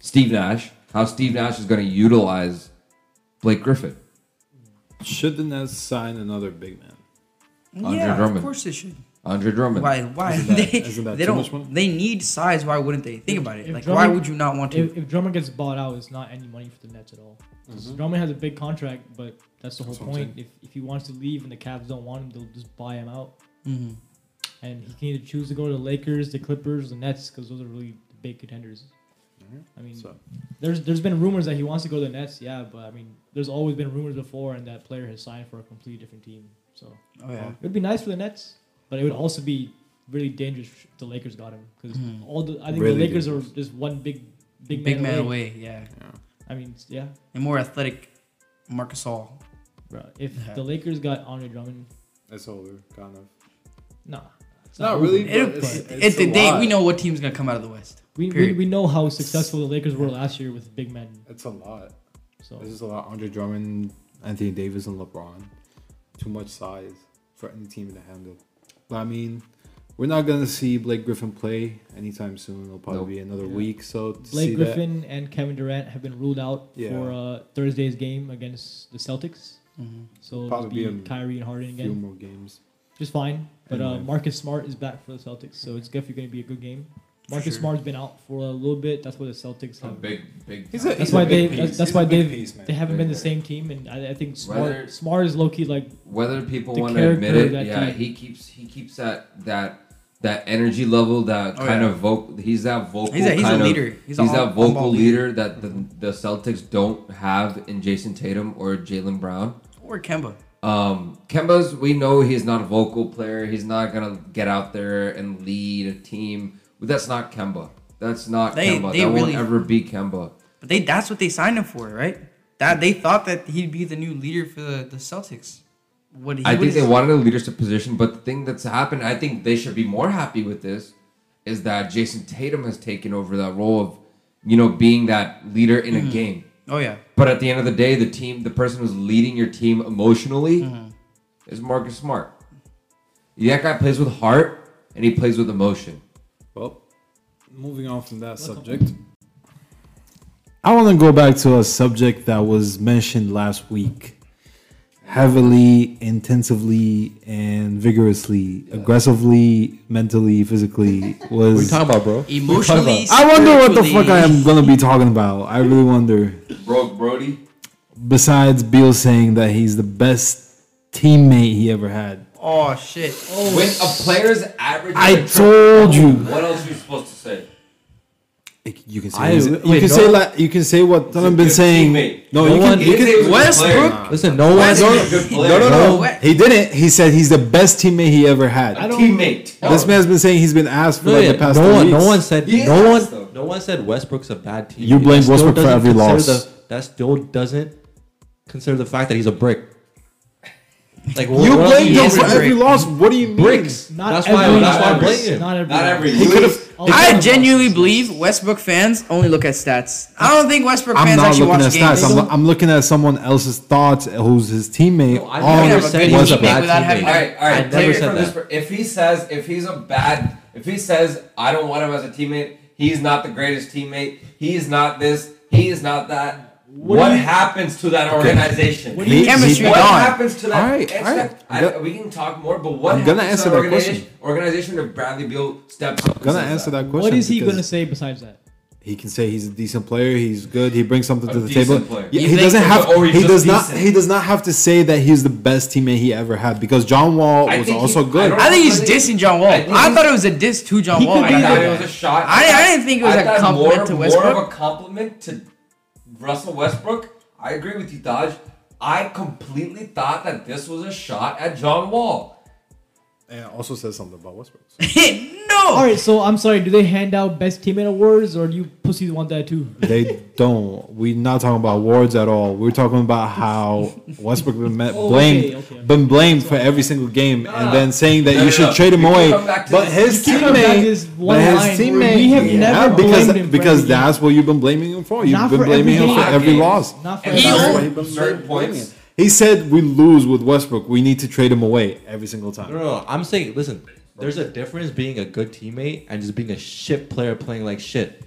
[SPEAKER 3] Steve Nash, how Steve Nash is going to utilize Blake Griffin.
[SPEAKER 2] Should the Nets sign another big man?
[SPEAKER 3] Andre
[SPEAKER 6] yeah,
[SPEAKER 3] Drummond.
[SPEAKER 6] of course it should.
[SPEAKER 3] Andre Drummond.
[SPEAKER 6] Why? Why?
[SPEAKER 2] Isn't that-
[SPEAKER 6] they
[SPEAKER 2] isn't that
[SPEAKER 6] they
[SPEAKER 2] too
[SPEAKER 6] don't.
[SPEAKER 2] much money?
[SPEAKER 6] They need size. Why wouldn't they? Think
[SPEAKER 5] If-
[SPEAKER 6] about it.
[SPEAKER 5] if
[SPEAKER 6] Like,
[SPEAKER 5] Drummond-
[SPEAKER 6] why would you not want to?
[SPEAKER 5] if, if Drummond gets bought out, it's not any money for the Nets at all. 'Cause
[SPEAKER 3] Mm-hmm.
[SPEAKER 5] Drummond has a big contract, but that's the whole
[SPEAKER 2] That's what I'm
[SPEAKER 5] point. If, if he wants to leave and the Cavs don't want him, they'll just buy him out.
[SPEAKER 6] Mhm.
[SPEAKER 5] And he can either choose to go to the Lakers, the Clippers, the Nets, because those are really the big contenders. I mean,
[SPEAKER 2] So
[SPEAKER 5] there's there's been rumors that he wants to go to the Nets, yeah, but I mean, there's always been rumors before, and that player has signed for a completely different team. So
[SPEAKER 6] Oh yeah.
[SPEAKER 5] it would be nice for the Nets, but it would also be really dangerous if the Lakers got him because
[SPEAKER 6] Mhm.
[SPEAKER 5] all the I think
[SPEAKER 2] Really
[SPEAKER 5] the Lakers are just one big big,
[SPEAKER 6] Big man
[SPEAKER 5] man away.
[SPEAKER 6] away. Yeah.
[SPEAKER 5] I mean, s- yeah.
[SPEAKER 6] And more athletic, Marcus All.
[SPEAKER 5] Bro, if
[SPEAKER 6] Yeah.
[SPEAKER 5] the Lakers got Andre Drummond,
[SPEAKER 2] it's over, kind of.
[SPEAKER 5] nah. It's
[SPEAKER 2] Not
[SPEAKER 5] over.
[SPEAKER 2] really.
[SPEAKER 6] It'll-
[SPEAKER 2] It's-
[SPEAKER 6] At
[SPEAKER 2] it's
[SPEAKER 6] the
[SPEAKER 2] a
[SPEAKER 6] day,
[SPEAKER 2] lot.
[SPEAKER 6] we know what team's gonna come out of the West.
[SPEAKER 5] We, we,
[SPEAKER 6] Period.
[SPEAKER 5] we know how successful the Lakers were last year with big men.
[SPEAKER 2] It's a lot.
[SPEAKER 5] So
[SPEAKER 2] This is a lot. Andre Drummond, Anthony Davis, and LeBron. Too much size for any team to handle. But I mean, we're not gonna see Blake Griffin play anytime soon. It'll probably
[SPEAKER 3] Nope.
[SPEAKER 2] be another
[SPEAKER 5] Yeah.
[SPEAKER 2] week. So to see
[SPEAKER 5] Blake
[SPEAKER 2] that-
[SPEAKER 5] Griffin and Kevin Durant have been ruled out
[SPEAKER 2] Yeah.
[SPEAKER 5] for uh, Thursday's game against the Celtics.
[SPEAKER 6] Mhm.
[SPEAKER 5] So it'll
[SPEAKER 2] Probably
[SPEAKER 5] be
[SPEAKER 2] be a
[SPEAKER 5] Kyrie and
[SPEAKER 2] few
[SPEAKER 5] Harden again,
[SPEAKER 2] more games.
[SPEAKER 5] just fine. But uh,
[SPEAKER 2] Anyway.
[SPEAKER 5] Marcus Smart is back for the Celtics, so it's definitely going to be a good game.
[SPEAKER 6] For
[SPEAKER 5] Marcus
[SPEAKER 6] sure.
[SPEAKER 5] Smart's been out for a little bit. That's why the Celtics
[SPEAKER 3] a
[SPEAKER 5] have.
[SPEAKER 3] big, big.
[SPEAKER 5] a- That's he's why a big they- piece. that's- that's He's a why big they-
[SPEAKER 2] Piece,
[SPEAKER 5] They haven't been the same team, and I, I think Smart, Smart is low key like
[SPEAKER 3] Whether people
[SPEAKER 5] The
[SPEAKER 3] want to admit
[SPEAKER 5] character of
[SPEAKER 3] it,
[SPEAKER 5] that
[SPEAKER 3] yeah,
[SPEAKER 5] team.
[SPEAKER 3] he keeps he keeps that that that energy level, that
[SPEAKER 6] Oh,
[SPEAKER 3] kind
[SPEAKER 6] yeah.
[SPEAKER 3] of vocal. He's that vocal.
[SPEAKER 6] He's a he's a
[SPEAKER 3] kind of-
[SPEAKER 6] leader. He's,
[SPEAKER 3] He's,
[SPEAKER 6] a Mm-hmm. on-
[SPEAKER 3] that vocal
[SPEAKER 6] on-ball
[SPEAKER 3] leader that the, the Celtics don't have in Jason Tatum or Jalen Brown.
[SPEAKER 6] Or Kemba.
[SPEAKER 3] Um, Kemba's, we know he's not a vocal player. He's not gonna get out there and lead a team. That's not Kemba. That's not
[SPEAKER 6] They-
[SPEAKER 3] Kemba.
[SPEAKER 6] they
[SPEAKER 3] that
[SPEAKER 6] really-
[SPEAKER 3] won't ever be Kemba.
[SPEAKER 6] But they that's what they signed him for, right? That they thought that he'd be the new leader for the, the Celtics. What he
[SPEAKER 3] I
[SPEAKER 6] what
[SPEAKER 3] think
[SPEAKER 6] is-
[SPEAKER 3] they wanted a leadership position, but the thing that's happened, I think they should be more happy with this, is that Jason Tatum has taken over that role of, you know, being that leader in a game.
[SPEAKER 6] Oh yeah.
[SPEAKER 3] But at the end of the day, the team, the person who's leading your team emotionally is Marcus Smart. That guy plays with heart and he plays with emotion.
[SPEAKER 2] Well, moving on from that subject. I want to go back to a subject that was mentioned last week. Heavily, intensively, and vigorously, aggressively, mentally, physically was.
[SPEAKER 4] What are you talking about, bro?
[SPEAKER 6] Emotionally.
[SPEAKER 2] I wonder what the
[SPEAKER 6] spiritually.
[SPEAKER 2] fuck I am gonna be talking about. I really wonder.
[SPEAKER 3] Broke Brody.
[SPEAKER 2] Besides Beal saying that he's the best teammate he ever had,
[SPEAKER 6] Oh shit. Oh
[SPEAKER 3] When a player's average,
[SPEAKER 2] I told you.
[SPEAKER 3] What else are you supposed to say?
[SPEAKER 2] You can say
[SPEAKER 4] I-
[SPEAKER 2] his- you
[SPEAKER 4] wait,
[SPEAKER 2] can
[SPEAKER 4] no.
[SPEAKER 2] say like you can say what I've been
[SPEAKER 3] good
[SPEAKER 2] saying.
[SPEAKER 3] teammate.
[SPEAKER 2] No,
[SPEAKER 4] No
[SPEAKER 2] you
[SPEAKER 4] one-
[SPEAKER 2] can, you
[SPEAKER 4] he
[SPEAKER 2] can,
[SPEAKER 3] He was a
[SPEAKER 6] Westbrook?
[SPEAKER 3] player.
[SPEAKER 4] Listen, no one.
[SPEAKER 6] Westbrook.
[SPEAKER 3] He's a good player.
[SPEAKER 2] no, no, no.
[SPEAKER 6] No.
[SPEAKER 2] He didn't. He said he's the best teammate he ever had.
[SPEAKER 5] I don't-
[SPEAKER 3] Teammate.
[SPEAKER 2] This man's been saying he's been asked for
[SPEAKER 4] No,
[SPEAKER 2] like
[SPEAKER 4] yeah,
[SPEAKER 2] the past.
[SPEAKER 4] no
[SPEAKER 2] three
[SPEAKER 4] one, no
[SPEAKER 2] weeks.
[SPEAKER 4] one said,
[SPEAKER 3] He is
[SPEAKER 4] no
[SPEAKER 3] nice, though.
[SPEAKER 4] one, no one said Westbrook's a bad team.
[SPEAKER 2] You blame
[SPEAKER 4] That still
[SPEAKER 2] Westbrook for
[SPEAKER 4] doesn't
[SPEAKER 2] every
[SPEAKER 4] consider
[SPEAKER 2] loss.
[SPEAKER 4] The, that still doesn't consider the fact that he's a brick. Like what-
[SPEAKER 2] You
[SPEAKER 4] what else
[SPEAKER 2] blamed
[SPEAKER 4] do
[SPEAKER 6] he
[SPEAKER 2] him
[SPEAKER 6] is
[SPEAKER 2] for
[SPEAKER 6] a
[SPEAKER 2] every
[SPEAKER 6] brick.
[SPEAKER 2] loss. What do you mean?
[SPEAKER 4] bricks.
[SPEAKER 5] not
[SPEAKER 4] that's
[SPEAKER 5] every
[SPEAKER 4] why. That's why I
[SPEAKER 5] loss.
[SPEAKER 4] blame him.
[SPEAKER 5] Not every
[SPEAKER 3] Not
[SPEAKER 5] loss.
[SPEAKER 3] every
[SPEAKER 2] He
[SPEAKER 3] loss.
[SPEAKER 2] could have.
[SPEAKER 5] All
[SPEAKER 6] I
[SPEAKER 5] the
[SPEAKER 6] genuinely
[SPEAKER 5] losses.
[SPEAKER 6] believe Westbrook fans only look at stats. I don't think Westbrook
[SPEAKER 2] I'm
[SPEAKER 6] fans
[SPEAKER 2] not
[SPEAKER 6] actually
[SPEAKER 2] looking
[SPEAKER 6] watch
[SPEAKER 2] at
[SPEAKER 6] games.
[SPEAKER 2] stats. I'm, I'm looking at someone else's thoughts. Who's his teammate?
[SPEAKER 4] No, I
[SPEAKER 2] on
[SPEAKER 4] never
[SPEAKER 6] Yeah,
[SPEAKER 4] said
[SPEAKER 6] but
[SPEAKER 4] he was a
[SPEAKER 6] teammate
[SPEAKER 4] bad
[SPEAKER 6] without having-
[SPEAKER 4] teammate.
[SPEAKER 3] All right, all
[SPEAKER 6] I
[SPEAKER 3] right.
[SPEAKER 4] never
[SPEAKER 3] take it
[SPEAKER 4] said
[SPEAKER 3] from this
[SPEAKER 4] that.
[SPEAKER 3] per- if he says, if he's a bad, if he says, I don't want him as a teammate, he's not the greatest teammate. He's not this. He is not that. What,
[SPEAKER 5] do you-
[SPEAKER 3] happens to that organization?
[SPEAKER 5] What do you-
[SPEAKER 6] Chemistry
[SPEAKER 3] what
[SPEAKER 6] gone.
[SPEAKER 3] happens to that?
[SPEAKER 2] All right,
[SPEAKER 3] it's
[SPEAKER 2] all
[SPEAKER 3] not-
[SPEAKER 2] right.
[SPEAKER 3] I-
[SPEAKER 2] Go-
[SPEAKER 3] we can talk more, but what
[SPEAKER 2] I'm gonna
[SPEAKER 3] happens
[SPEAKER 2] answer
[SPEAKER 3] to
[SPEAKER 2] that
[SPEAKER 3] organization, organization if Bradley Beal steps up? and
[SPEAKER 2] gonna
[SPEAKER 3] says
[SPEAKER 2] answer that question.
[SPEAKER 5] What is he
[SPEAKER 2] because
[SPEAKER 5] gonna say besides that?
[SPEAKER 2] he can say he's a decent player. He's good. He brings something
[SPEAKER 3] A
[SPEAKER 2] to the
[SPEAKER 3] decent
[SPEAKER 2] table.
[SPEAKER 3] player.
[SPEAKER 2] Yeah,
[SPEAKER 6] You
[SPEAKER 2] he
[SPEAKER 6] think
[SPEAKER 2] doesn't
[SPEAKER 6] so,
[SPEAKER 2] have.
[SPEAKER 3] or he's
[SPEAKER 2] He does
[SPEAKER 3] just
[SPEAKER 2] not.
[SPEAKER 3] decent.
[SPEAKER 2] He does not have to say that he's the best teammate he ever had because John Wall
[SPEAKER 3] I
[SPEAKER 2] was
[SPEAKER 3] think he-
[SPEAKER 2] also
[SPEAKER 3] I
[SPEAKER 2] good.
[SPEAKER 3] don't-
[SPEAKER 6] I think he's dissing John Wall.
[SPEAKER 3] I
[SPEAKER 6] I,
[SPEAKER 3] think he's-
[SPEAKER 6] thought it was a diss to John
[SPEAKER 5] He
[SPEAKER 6] Wall.
[SPEAKER 5] could
[SPEAKER 6] when
[SPEAKER 5] be
[SPEAKER 3] Oh, I
[SPEAKER 6] I
[SPEAKER 3] thought
[SPEAKER 6] heard
[SPEAKER 3] it
[SPEAKER 5] that.
[SPEAKER 6] that.
[SPEAKER 3] was a shot.
[SPEAKER 6] I didn't- I didn't think it was
[SPEAKER 3] I
[SPEAKER 6] a
[SPEAKER 3] thought
[SPEAKER 6] compliment
[SPEAKER 3] more,
[SPEAKER 6] to
[SPEAKER 3] More of
[SPEAKER 6] Westbrook.
[SPEAKER 3] a compliment to Russell Westbrook. I agree with you, Dodge. I completely thought that this was a shot at John Wall.
[SPEAKER 2] And also says something about Westbrook.
[SPEAKER 4] Oh.
[SPEAKER 5] All
[SPEAKER 6] no.
[SPEAKER 5] right, so I'm sorry. Do they hand out best teammate awards, or do you pussies want that too?
[SPEAKER 2] they don't. We're not talking about awards at all. We're talking about how Westbrook been met,
[SPEAKER 5] Oh,
[SPEAKER 2] blamed,
[SPEAKER 5] okay, okay, okay.
[SPEAKER 2] been blamed for every single game,
[SPEAKER 3] No, no,
[SPEAKER 2] and then saying that
[SPEAKER 3] no,
[SPEAKER 2] you
[SPEAKER 3] no,
[SPEAKER 2] should
[SPEAKER 3] no.
[SPEAKER 2] trade him
[SPEAKER 3] You keep
[SPEAKER 2] away.
[SPEAKER 3] coming back to
[SPEAKER 2] But
[SPEAKER 3] this.
[SPEAKER 2] his
[SPEAKER 5] You keep coming back to
[SPEAKER 2] teammate,
[SPEAKER 5] this one
[SPEAKER 2] but
[SPEAKER 5] line
[SPEAKER 2] his
[SPEAKER 5] where
[SPEAKER 2] teammate,
[SPEAKER 5] we have never
[SPEAKER 2] because
[SPEAKER 5] blamed him for
[SPEAKER 2] because
[SPEAKER 5] every
[SPEAKER 2] that's what you've been blaming him for. You've
[SPEAKER 5] Not
[SPEAKER 2] been
[SPEAKER 5] for
[SPEAKER 2] blaming
[SPEAKER 5] every
[SPEAKER 2] him for
[SPEAKER 5] game.
[SPEAKER 2] every
[SPEAKER 3] Games.
[SPEAKER 2] loss.
[SPEAKER 5] Not for
[SPEAKER 3] And
[SPEAKER 5] every
[SPEAKER 3] that's
[SPEAKER 6] game.
[SPEAKER 3] where
[SPEAKER 2] He
[SPEAKER 3] he
[SPEAKER 2] was
[SPEAKER 3] certain
[SPEAKER 2] blaming
[SPEAKER 3] points.
[SPEAKER 2] him. He said we lose with Westbrook. We need to trade him away every single time.
[SPEAKER 4] No, no, no. I'm saying, listen, there's a difference being a good teammate and just being a shit player playing like shit.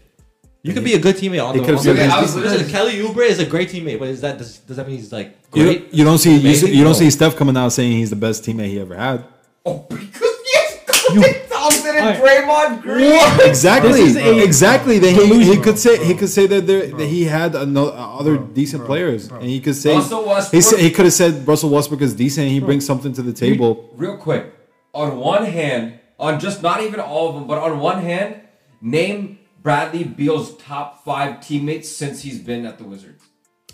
[SPEAKER 4] You could be a good teammate on
[SPEAKER 2] He
[SPEAKER 4] the.
[SPEAKER 2] could've
[SPEAKER 4] On
[SPEAKER 2] said
[SPEAKER 4] the
[SPEAKER 3] that.
[SPEAKER 4] listen, listen, Kelly Oubre is a great teammate, but is that does, does that mean he's like
[SPEAKER 2] You,
[SPEAKER 4] great?
[SPEAKER 2] don't- you don't see you,
[SPEAKER 4] Amazing?
[SPEAKER 2] see you don't
[SPEAKER 4] No.
[SPEAKER 2] see Steph coming out saying he's the best teammate he ever had.
[SPEAKER 3] Oh, because yes, Clay Thompson and Draymond Green.
[SPEAKER 2] Exactly,
[SPEAKER 5] This is a-
[SPEAKER 2] exactly. That he, he
[SPEAKER 5] Delusional.
[SPEAKER 2] could say he could say that there that he had another, other decent players, and he could say
[SPEAKER 3] Russell
[SPEAKER 2] he
[SPEAKER 3] Westbrook-
[SPEAKER 2] said, he could have said Russell Westbrook is decent. He brings something to the table.
[SPEAKER 3] Real quick, on one hand, on just not even all of them, but on one hand, name Bradley Beal's top five teammates since he's been at the Wizards.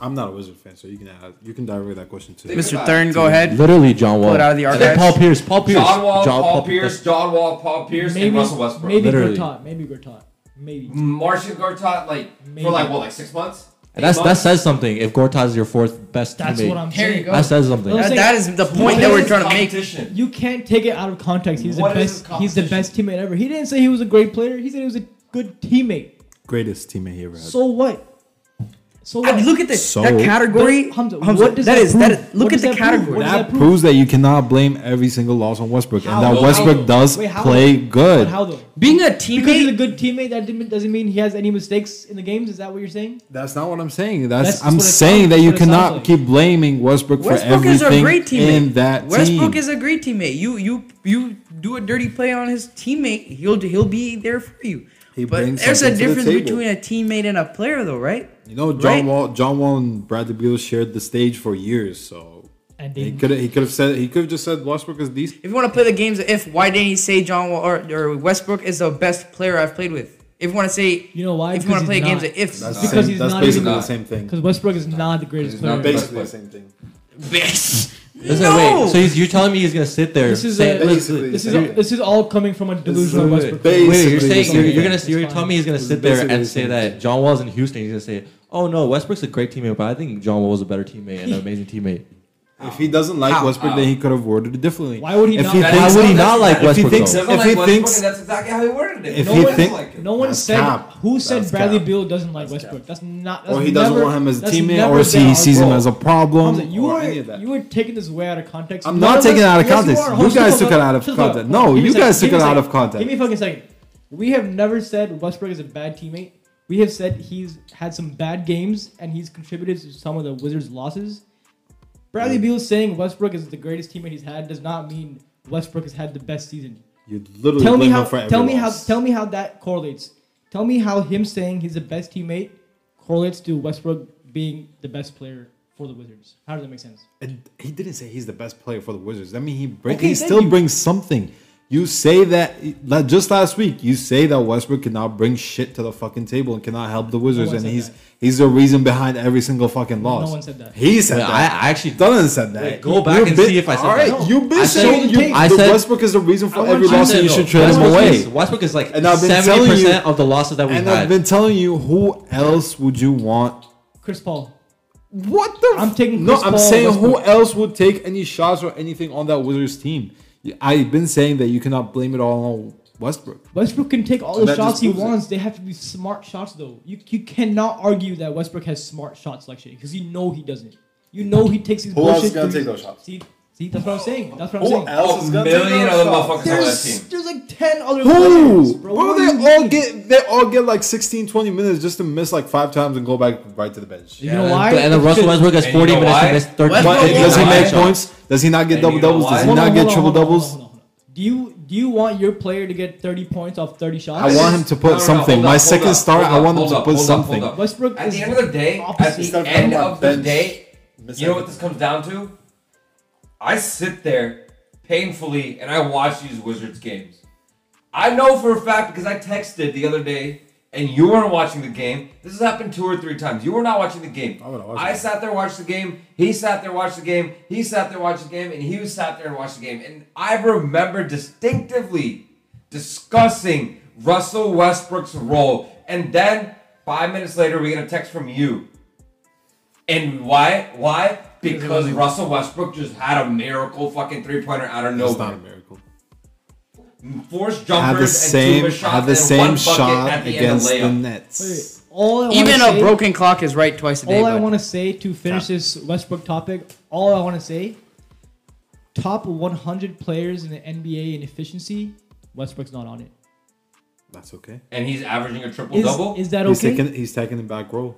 [SPEAKER 2] I'm not a Wizard fan, so you can add, you can direct that question to.
[SPEAKER 3] Think
[SPEAKER 6] Mr. Thurn, go ahead.
[SPEAKER 4] Literally, John Wall.
[SPEAKER 6] it out of the
[SPEAKER 4] And then
[SPEAKER 6] archives.
[SPEAKER 4] Paul Pierce. Paul Pierce.
[SPEAKER 3] John Wall,
[SPEAKER 4] John-
[SPEAKER 3] Paul Pierce, John Wall, Paul Pierce, and Russell Westbrook.
[SPEAKER 5] Maybe
[SPEAKER 4] Literally.
[SPEAKER 5] Gortat. Maybe Gortat. Maybe.
[SPEAKER 3] Martian Gortat, like
[SPEAKER 5] Maybe.
[SPEAKER 3] for like what, like six months?
[SPEAKER 4] And that's
[SPEAKER 3] Eight
[SPEAKER 4] that
[SPEAKER 3] months?
[SPEAKER 4] says something. If Gortat is your fourth best
[SPEAKER 5] That's
[SPEAKER 4] teammate,
[SPEAKER 5] what I'm
[SPEAKER 6] Here you
[SPEAKER 5] saying.
[SPEAKER 6] go.
[SPEAKER 4] that says something.
[SPEAKER 5] Well,
[SPEAKER 6] That-
[SPEAKER 5] saying-
[SPEAKER 6] that is the point
[SPEAKER 5] What
[SPEAKER 6] that
[SPEAKER 5] is
[SPEAKER 6] we're
[SPEAKER 5] his
[SPEAKER 6] trying to make.
[SPEAKER 3] Competition.
[SPEAKER 5] You can't take it out of context. He's
[SPEAKER 3] What
[SPEAKER 5] the
[SPEAKER 3] is his
[SPEAKER 5] best. He's the best teammate ever. He didn't say he was a great player. He said he was a good teammate.
[SPEAKER 2] Greatest teammate he ever had.
[SPEAKER 5] So what? So
[SPEAKER 6] I-
[SPEAKER 5] what?
[SPEAKER 6] look at the
[SPEAKER 2] So-
[SPEAKER 6] that category.
[SPEAKER 5] But, Hamza,
[SPEAKER 6] Hamza,
[SPEAKER 5] what does
[SPEAKER 6] that
[SPEAKER 5] that
[SPEAKER 6] is that is,
[SPEAKER 5] prove?
[SPEAKER 6] look
[SPEAKER 5] What
[SPEAKER 6] at
[SPEAKER 5] does
[SPEAKER 6] the
[SPEAKER 5] that prove?
[SPEAKER 6] category.
[SPEAKER 5] What does
[SPEAKER 2] that
[SPEAKER 5] that prove?
[SPEAKER 2] proves that you cannot blame every single loss on Westbrook,
[SPEAKER 5] How?
[SPEAKER 2] and that
[SPEAKER 3] No,
[SPEAKER 2] Westbrook
[SPEAKER 3] how?
[SPEAKER 2] does
[SPEAKER 5] Wait, how?
[SPEAKER 2] play good.
[SPEAKER 5] But how though?
[SPEAKER 6] Being a
[SPEAKER 5] Because he's a
[SPEAKER 6] teammate,
[SPEAKER 5] good teammate, that didn't- doesn't mean he has any mistakes in the games. Is that what you're saying?
[SPEAKER 2] That's not what I'm saying. That's,
[SPEAKER 5] That's just
[SPEAKER 2] I'm
[SPEAKER 5] what it
[SPEAKER 2] saying
[SPEAKER 5] sounds-
[SPEAKER 2] that you
[SPEAKER 5] what it sounds
[SPEAKER 2] cannot
[SPEAKER 5] like.
[SPEAKER 2] keep blaming Westbrook,
[SPEAKER 6] Westbrook
[SPEAKER 2] for
[SPEAKER 6] is
[SPEAKER 2] everything
[SPEAKER 6] a great teammate.
[SPEAKER 2] in that
[SPEAKER 6] Westbrook
[SPEAKER 2] team.
[SPEAKER 6] is a great teammate. You you you do a dirty play on his teammate, he'll he'll be there for you.
[SPEAKER 2] He
[SPEAKER 6] but
[SPEAKER 2] brings
[SPEAKER 6] there's a
[SPEAKER 2] something to the
[SPEAKER 6] difference
[SPEAKER 2] table.
[SPEAKER 6] between a teammate and a player, though, right?
[SPEAKER 2] you know, John
[SPEAKER 6] Right?
[SPEAKER 2] Wall, John Wall and Bradley Beal shared the stage for years, so
[SPEAKER 5] And
[SPEAKER 2] he
[SPEAKER 5] they
[SPEAKER 2] could he could have said he could have just said Westbrook is decent.
[SPEAKER 6] If you want to play the games, if why didn't he say John Wall or, or Westbrook is the best player I've played with? If you want to say,
[SPEAKER 5] You know why?
[SPEAKER 6] If you want to
[SPEAKER 5] Because
[SPEAKER 6] play games,
[SPEAKER 5] he's not.
[SPEAKER 6] of ifs,
[SPEAKER 2] That's,
[SPEAKER 5] Because
[SPEAKER 2] the same,
[SPEAKER 5] he's
[SPEAKER 2] that's
[SPEAKER 5] not
[SPEAKER 2] basically
[SPEAKER 3] even-
[SPEAKER 2] the same thing.
[SPEAKER 5] because Westbrook is not the greatest
[SPEAKER 3] He's not the
[SPEAKER 5] player.
[SPEAKER 3] best.
[SPEAKER 2] Basically the same thing.
[SPEAKER 6] Bitch.
[SPEAKER 4] Listen,
[SPEAKER 6] no.
[SPEAKER 4] wait. So he's, you're telling me he's gonna sit there?
[SPEAKER 5] This is
[SPEAKER 4] say-
[SPEAKER 5] a-
[SPEAKER 2] Basically
[SPEAKER 5] This is this is all coming from a delusional
[SPEAKER 2] Wait, wait,
[SPEAKER 5] Westbrook.
[SPEAKER 2] wait.
[SPEAKER 4] Wait,
[SPEAKER 5] fan.
[SPEAKER 4] you're
[SPEAKER 2] Basically,
[SPEAKER 4] saying you're, you're gonna
[SPEAKER 5] it's
[SPEAKER 4] you're
[SPEAKER 5] fine.
[SPEAKER 4] telling me he's gonna
[SPEAKER 2] It's
[SPEAKER 4] sit there
[SPEAKER 2] basically
[SPEAKER 4] and
[SPEAKER 2] the
[SPEAKER 4] say
[SPEAKER 2] same
[SPEAKER 4] that John Wall's in Houston. He's gonna say, "Oh no, Westbrook's a great teammate, but I think John Wall was a better teammate and an amazing teammate."
[SPEAKER 2] If he doesn't like
[SPEAKER 6] Ow,
[SPEAKER 2] Westbrook,
[SPEAKER 3] ow.
[SPEAKER 2] then he could have worded it differently.
[SPEAKER 5] Why would he
[SPEAKER 2] if
[SPEAKER 5] not
[SPEAKER 2] He
[SPEAKER 5] like-
[SPEAKER 2] thinks,
[SPEAKER 4] Why would he not like
[SPEAKER 2] if
[SPEAKER 4] Westbrook,
[SPEAKER 2] He thinks,
[SPEAKER 4] though?
[SPEAKER 3] Doesn't
[SPEAKER 2] if
[SPEAKER 3] like
[SPEAKER 2] he
[SPEAKER 3] Westbrook,
[SPEAKER 2] thinks,
[SPEAKER 3] and that's exactly how he worded it.
[SPEAKER 2] if
[SPEAKER 3] no
[SPEAKER 2] he
[SPEAKER 3] one
[SPEAKER 2] think-
[SPEAKER 3] like him.
[SPEAKER 5] No one
[SPEAKER 2] That's
[SPEAKER 5] said
[SPEAKER 2] cap.
[SPEAKER 5] who said
[SPEAKER 2] That's
[SPEAKER 5] Bradley
[SPEAKER 2] cap.
[SPEAKER 5] Beal doesn't like
[SPEAKER 2] That's
[SPEAKER 5] Westbrook.
[SPEAKER 2] cap.
[SPEAKER 5] That's not. That's
[SPEAKER 2] or he doesn't
[SPEAKER 5] never-
[SPEAKER 2] want him as a
[SPEAKER 5] that's
[SPEAKER 2] teammate,
[SPEAKER 5] never
[SPEAKER 2] or
[SPEAKER 5] been
[SPEAKER 2] see he
[SPEAKER 5] our
[SPEAKER 2] sees him
[SPEAKER 5] goal.
[SPEAKER 2] as a problem,
[SPEAKER 5] Hamza, you
[SPEAKER 2] or
[SPEAKER 5] were
[SPEAKER 2] any of that.
[SPEAKER 5] you were taking this way out of context.
[SPEAKER 2] I'm
[SPEAKER 5] None
[SPEAKER 2] not
[SPEAKER 5] of
[SPEAKER 2] taking
[SPEAKER 5] us-
[SPEAKER 2] it out of
[SPEAKER 5] Yes, you
[SPEAKER 2] context.
[SPEAKER 5] are.
[SPEAKER 2] You
[SPEAKER 5] Hold
[SPEAKER 2] guys
[SPEAKER 5] on,
[SPEAKER 2] took
[SPEAKER 5] hold
[SPEAKER 2] it out
[SPEAKER 5] on.
[SPEAKER 2] of
[SPEAKER 5] Hold on.
[SPEAKER 2] context. No,
[SPEAKER 5] Give me a
[SPEAKER 2] you
[SPEAKER 5] second.
[SPEAKER 2] guys took
[SPEAKER 5] Give me
[SPEAKER 2] it
[SPEAKER 5] a
[SPEAKER 2] out of
[SPEAKER 5] second.
[SPEAKER 2] context.
[SPEAKER 5] Give me a fucking second. We have never said Westbrook is a bad teammate. We have said he's had some bad games and he's contributed to some of the Wizards' losses. Bradley Beal saying Westbrook is the greatest teammate he's had does not mean Westbrook has had the best season.
[SPEAKER 2] You literally
[SPEAKER 5] Tell me
[SPEAKER 2] blame him
[SPEAKER 5] how.
[SPEAKER 2] for every
[SPEAKER 5] Tell me how.
[SPEAKER 2] loss.
[SPEAKER 5] Tell me how that correlates. Tell me how him saying he's the best teammate correlates to Westbrook being the best player for the Wizards. How does that make sense?
[SPEAKER 2] And he didn't say he's the best player for the Wizards. I mean, he bring,
[SPEAKER 5] Okay,
[SPEAKER 2] he
[SPEAKER 5] then
[SPEAKER 2] still
[SPEAKER 5] you-
[SPEAKER 2] brings something. You say that like, just last week. You say that Westbrook cannot bring shit to the fucking table and cannot help the Wizards,
[SPEAKER 5] one
[SPEAKER 2] and
[SPEAKER 5] said
[SPEAKER 2] he's
[SPEAKER 5] that.
[SPEAKER 2] he's the reason behind every single fucking loss.
[SPEAKER 5] one said that.
[SPEAKER 2] He said
[SPEAKER 4] Wait,
[SPEAKER 2] that.
[SPEAKER 4] I- I actually-
[SPEAKER 2] Dolan said that.
[SPEAKER 4] Wait, go back and see if I said that. No.
[SPEAKER 2] you've been
[SPEAKER 4] I said-
[SPEAKER 2] saying you,
[SPEAKER 4] I
[SPEAKER 2] the
[SPEAKER 4] said-
[SPEAKER 2] Westbrook is the reason for
[SPEAKER 5] want
[SPEAKER 2] every
[SPEAKER 5] you
[SPEAKER 2] loss,
[SPEAKER 5] to
[SPEAKER 2] and you
[SPEAKER 4] No,
[SPEAKER 2] should trade him
[SPEAKER 4] Westbrook
[SPEAKER 2] away.
[SPEAKER 4] Is, Westbrook is like
[SPEAKER 2] And I've been
[SPEAKER 4] seventy
[SPEAKER 2] telling you-
[SPEAKER 4] percent of the losses that we
[SPEAKER 2] And
[SPEAKER 4] had.
[SPEAKER 2] I've been telling you, who else would you want
[SPEAKER 5] Chris Paul.
[SPEAKER 2] What the?
[SPEAKER 5] I'm
[SPEAKER 2] f-
[SPEAKER 5] taking
[SPEAKER 2] No,
[SPEAKER 5] Chris
[SPEAKER 2] I'm
[SPEAKER 5] Paul,
[SPEAKER 2] saying who
[SPEAKER 5] Westbrook.
[SPEAKER 2] else would take any shots or anything on that Wizards team? Y- I've been saying that you cannot blame it all on Westbrook.
[SPEAKER 5] Westbrook can take all
[SPEAKER 2] And
[SPEAKER 5] the
[SPEAKER 2] that just
[SPEAKER 5] shots he
[SPEAKER 2] proves it.
[SPEAKER 5] wants. They have to be smart shots, though. You, you cannot argue that Westbrook has smart shot selection because you know he doesn't. You know he takes his
[SPEAKER 2] Who else
[SPEAKER 5] bullshit.
[SPEAKER 2] is gonna
[SPEAKER 5] threes.
[SPEAKER 2] take those shots?
[SPEAKER 5] See, see, that's what I'm saying. That's what I'm
[SPEAKER 2] Who
[SPEAKER 5] saying.
[SPEAKER 2] else?
[SPEAKER 3] Oh,
[SPEAKER 2] is gonna take
[SPEAKER 3] million
[SPEAKER 2] those
[SPEAKER 3] other
[SPEAKER 2] shots.
[SPEAKER 3] motherfuckers on that
[SPEAKER 5] There's,
[SPEAKER 3] team.
[SPEAKER 5] there's like ten other players,
[SPEAKER 2] Who?
[SPEAKER 5] bro.
[SPEAKER 2] Bro,
[SPEAKER 5] What are you
[SPEAKER 2] they all
[SPEAKER 5] doing?
[SPEAKER 2] get they all get like 16, 20 minutes just to miss like five times and go back right to the bench.
[SPEAKER 5] You know
[SPEAKER 4] and,
[SPEAKER 5] why?
[SPEAKER 4] and then Russell
[SPEAKER 5] Because-
[SPEAKER 4] Westbrook has
[SPEAKER 3] And you
[SPEAKER 4] forty
[SPEAKER 3] know
[SPEAKER 4] minutes
[SPEAKER 3] why?
[SPEAKER 4] and missed thirty.
[SPEAKER 6] Westbrook
[SPEAKER 2] But
[SPEAKER 6] Westbrook
[SPEAKER 2] does he
[SPEAKER 6] why?
[SPEAKER 2] make points? Does he not get
[SPEAKER 3] And you
[SPEAKER 2] double
[SPEAKER 3] know
[SPEAKER 2] doubles? Does
[SPEAKER 3] why?
[SPEAKER 2] he
[SPEAKER 5] Hold on,
[SPEAKER 2] not
[SPEAKER 5] hold
[SPEAKER 2] get
[SPEAKER 5] on,
[SPEAKER 2] triple
[SPEAKER 5] hold on, hold
[SPEAKER 2] doubles?
[SPEAKER 5] on, hold on, hold on. Do you Do you want your player to get 30 points off 30 shots?
[SPEAKER 2] I want him to put
[SPEAKER 3] No, no, no,
[SPEAKER 2] something.
[SPEAKER 3] hold
[SPEAKER 2] My
[SPEAKER 3] up, hold
[SPEAKER 2] second
[SPEAKER 3] up,
[SPEAKER 2] star,
[SPEAKER 3] hold
[SPEAKER 2] I
[SPEAKER 3] up,
[SPEAKER 2] want him
[SPEAKER 3] hold
[SPEAKER 2] to
[SPEAKER 3] up,
[SPEAKER 2] put
[SPEAKER 3] hold up,
[SPEAKER 2] something.
[SPEAKER 3] hold up.
[SPEAKER 5] Westbrook
[SPEAKER 3] At
[SPEAKER 5] is
[SPEAKER 3] the end of the day, at
[SPEAKER 5] opposite.
[SPEAKER 3] the
[SPEAKER 5] Start
[SPEAKER 3] end
[SPEAKER 1] from
[SPEAKER 3] of
[SPEAKER 1] the
[SPEAKER 3] the
[SPEAKER 1] bench.
[SPEAKER 3] day,
[SPEAKER 1] Miss
[SPEAKER 3] you know what
[SPEAKER 1] everything.
[SPEAKER 3] this comes down to? I sit there painfully and I watch these Wizards games. I know for a fact because I texted the other day and you weren't watching the game. This has happened two or three times. You were not watching the game.
[SPEAKER 1] I would've watched
[SPEAKER 3] I
[SPEAKER 1] it.
[SPEAKER 3] sat there, watched the game. He sat there, watched the game. He sat there, watched the game. And he was sat there and watched the game. And I remember distinctively discussing Russell Westbrook's role. And then five minutes later, we get a text from you. And why? Why? Because Russell Westbrook just had a miracle fucking three pointer out of
[SPEAKER 1] It's not a
[SPEAKER 3] nowhere.
[SPEAKER 1] miracle.
[SPEAKER 3] Forced
[SPEAKER 2] Had
[SPEAKER 3] jumpers
[SPEAKER 2] the
[SPEAKER 3] and two
[SPEAKER 2] same,
[SPEAKER 3] missed shots
[SPEAKER 2] had the
[SPEAKER 3] and
[SPEAKER 2] same
[SPEAKER 3] one bucket at
[SPEAKER 2] shot
[SPEAKER 3] the end of
[SPEAKER 2] against
[SPEAKER 3] layup.
[SPEAKER 2] the Nets.
[SPEAKER 5] Wait, all I wanna
[SPEAKER 6] Even
[SPEAKER 5] say,
[SPEAKER 6] a broken clock is right twice a day.
[SPEAKER 5] All I
[SPEAKER 6] bud.
[SPEAKER 5] want to say to finish this Westbrook topic, all I want to say, top 100 players in the NBA in efficiency, Westbrook's not on it.
[SPEAKER 1] That's okay.
[SPEAKER 3] and he's averaging a triple
[SPEAKER 5] Is,
[SPEAKER 3] double.
[SPEAKER 5] is that
[SPEAKER 2] He's
[SPEAKER 5] okay?
[SPEAKER 2] taking, he's taking the back row.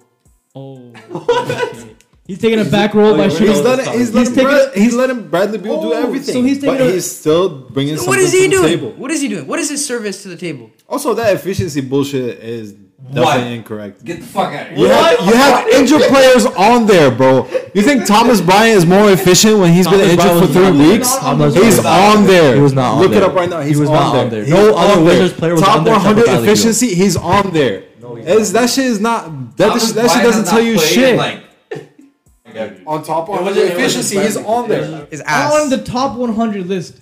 [SPEAKER 5] oh, okay. he's taking a back roll by
[SPEAKER 3] wait,
[SPEAKER 5] shooting.
[SPEAKER 2] He's letting, he's,
[SPEAKER 5] He's
[SPEAKER 2] letting
[SPEAKER 5] taking
[SPEAKER 2] Brad, he's letting Bradley Beal do
[SPEAKER 5] Oh,
[SPEAKER 2] everything,
[SPEAKER 5] so he's taking
[SPEAKER 2] but
[SPEAKER 5] a-
[SPEAKER 2] he's still bringing something
[SPEAKER 6] What is he
[SPEAKER 2] to the
[SPEAKER 6] doing?
[SPEAKER 2] table.
[SPEAKER 6] What is he doing? What is his service to the table?
[SPEAKER 2] Also, that efficiency bullshit is definitely
[SPEAKER 3] What?
[SPEAKER 2] incorrect.
[SPEAKER 3] Get the fuck out of
[SPEAKER 2] You
[SPEAKER 3] here.
[SPEAKER 2] have, you have injured players on there, bro. You think Thomas Bryant is more efficient when he's been
[SPEAKER 4] Thomas
[SPEAKER 2] injured
[SPEAKER 4] Bryant
[SPEAKER 2] for
[SPEAKER 4] was
[SPEAKER 2] three
[SPEAKER 4] not there.
[SPEAKER 2] weeks?
[SPEAKER 4] Thomas
[SPEAKER 2] he's
[SPEAKER 4] was not
[SPEAKER 2] on there.
[SPEAKER 4] He was not on
[SPEAKER 2] Look
[SPEAKER 4] there.
[SPEAKER 2] it up right now.
[SPEAKER 4] He
[SPEAKER 2] He's
[SPEAKER 4] was
[SPEAKER 2] on
[SPEAKER 4] not on
[SPEAKER 2] there.
[SPEAKER 4] there. No
[SPEAKER 2] He's
[SPEAKER 4] other
[SPEAKER 2] on
[SPEAKER 4] Wizards
[SPEAKER 2] there.
[SPEAKER 4] player was
[SPEAKER 2] Top
[SPEAKER 4] on there except for
[SPEAKER 2] 100
[SPEAKER 4] Bradley Beal.
[SPEAKER 2] efficiency. He's on there. It's- that shit is not. That,
[SPEAKER 3] Thomas
[SPEAKER 2] shit- that shit
[SPEAKER 3] Bryant
[SPEAKER 2] doesn't
[SPEAKER 3] has
[SPEAKER 2] tell
[SPEAKER 3] not
[SPEAKER 2] you
[SPEAKER 3] played
[SPEAKER 2] shit.
[SPEAKER 3] in, Like, I got you.
[SPEAKER 2] on top of
[SPEAKER 1] It
[SPEAKER 2] 100
[SPEAKER 1] wasn't- it wasn't
[SPEAKER 2] efficiency, he's
[SPEAKER 1] Bradley.
[SPEAKER 2] on there.
[SPEAKER 6] His
[SPEAKER 5] on
[SPEAKER 6] ass.
[SPEAKER 5] the top 100 list.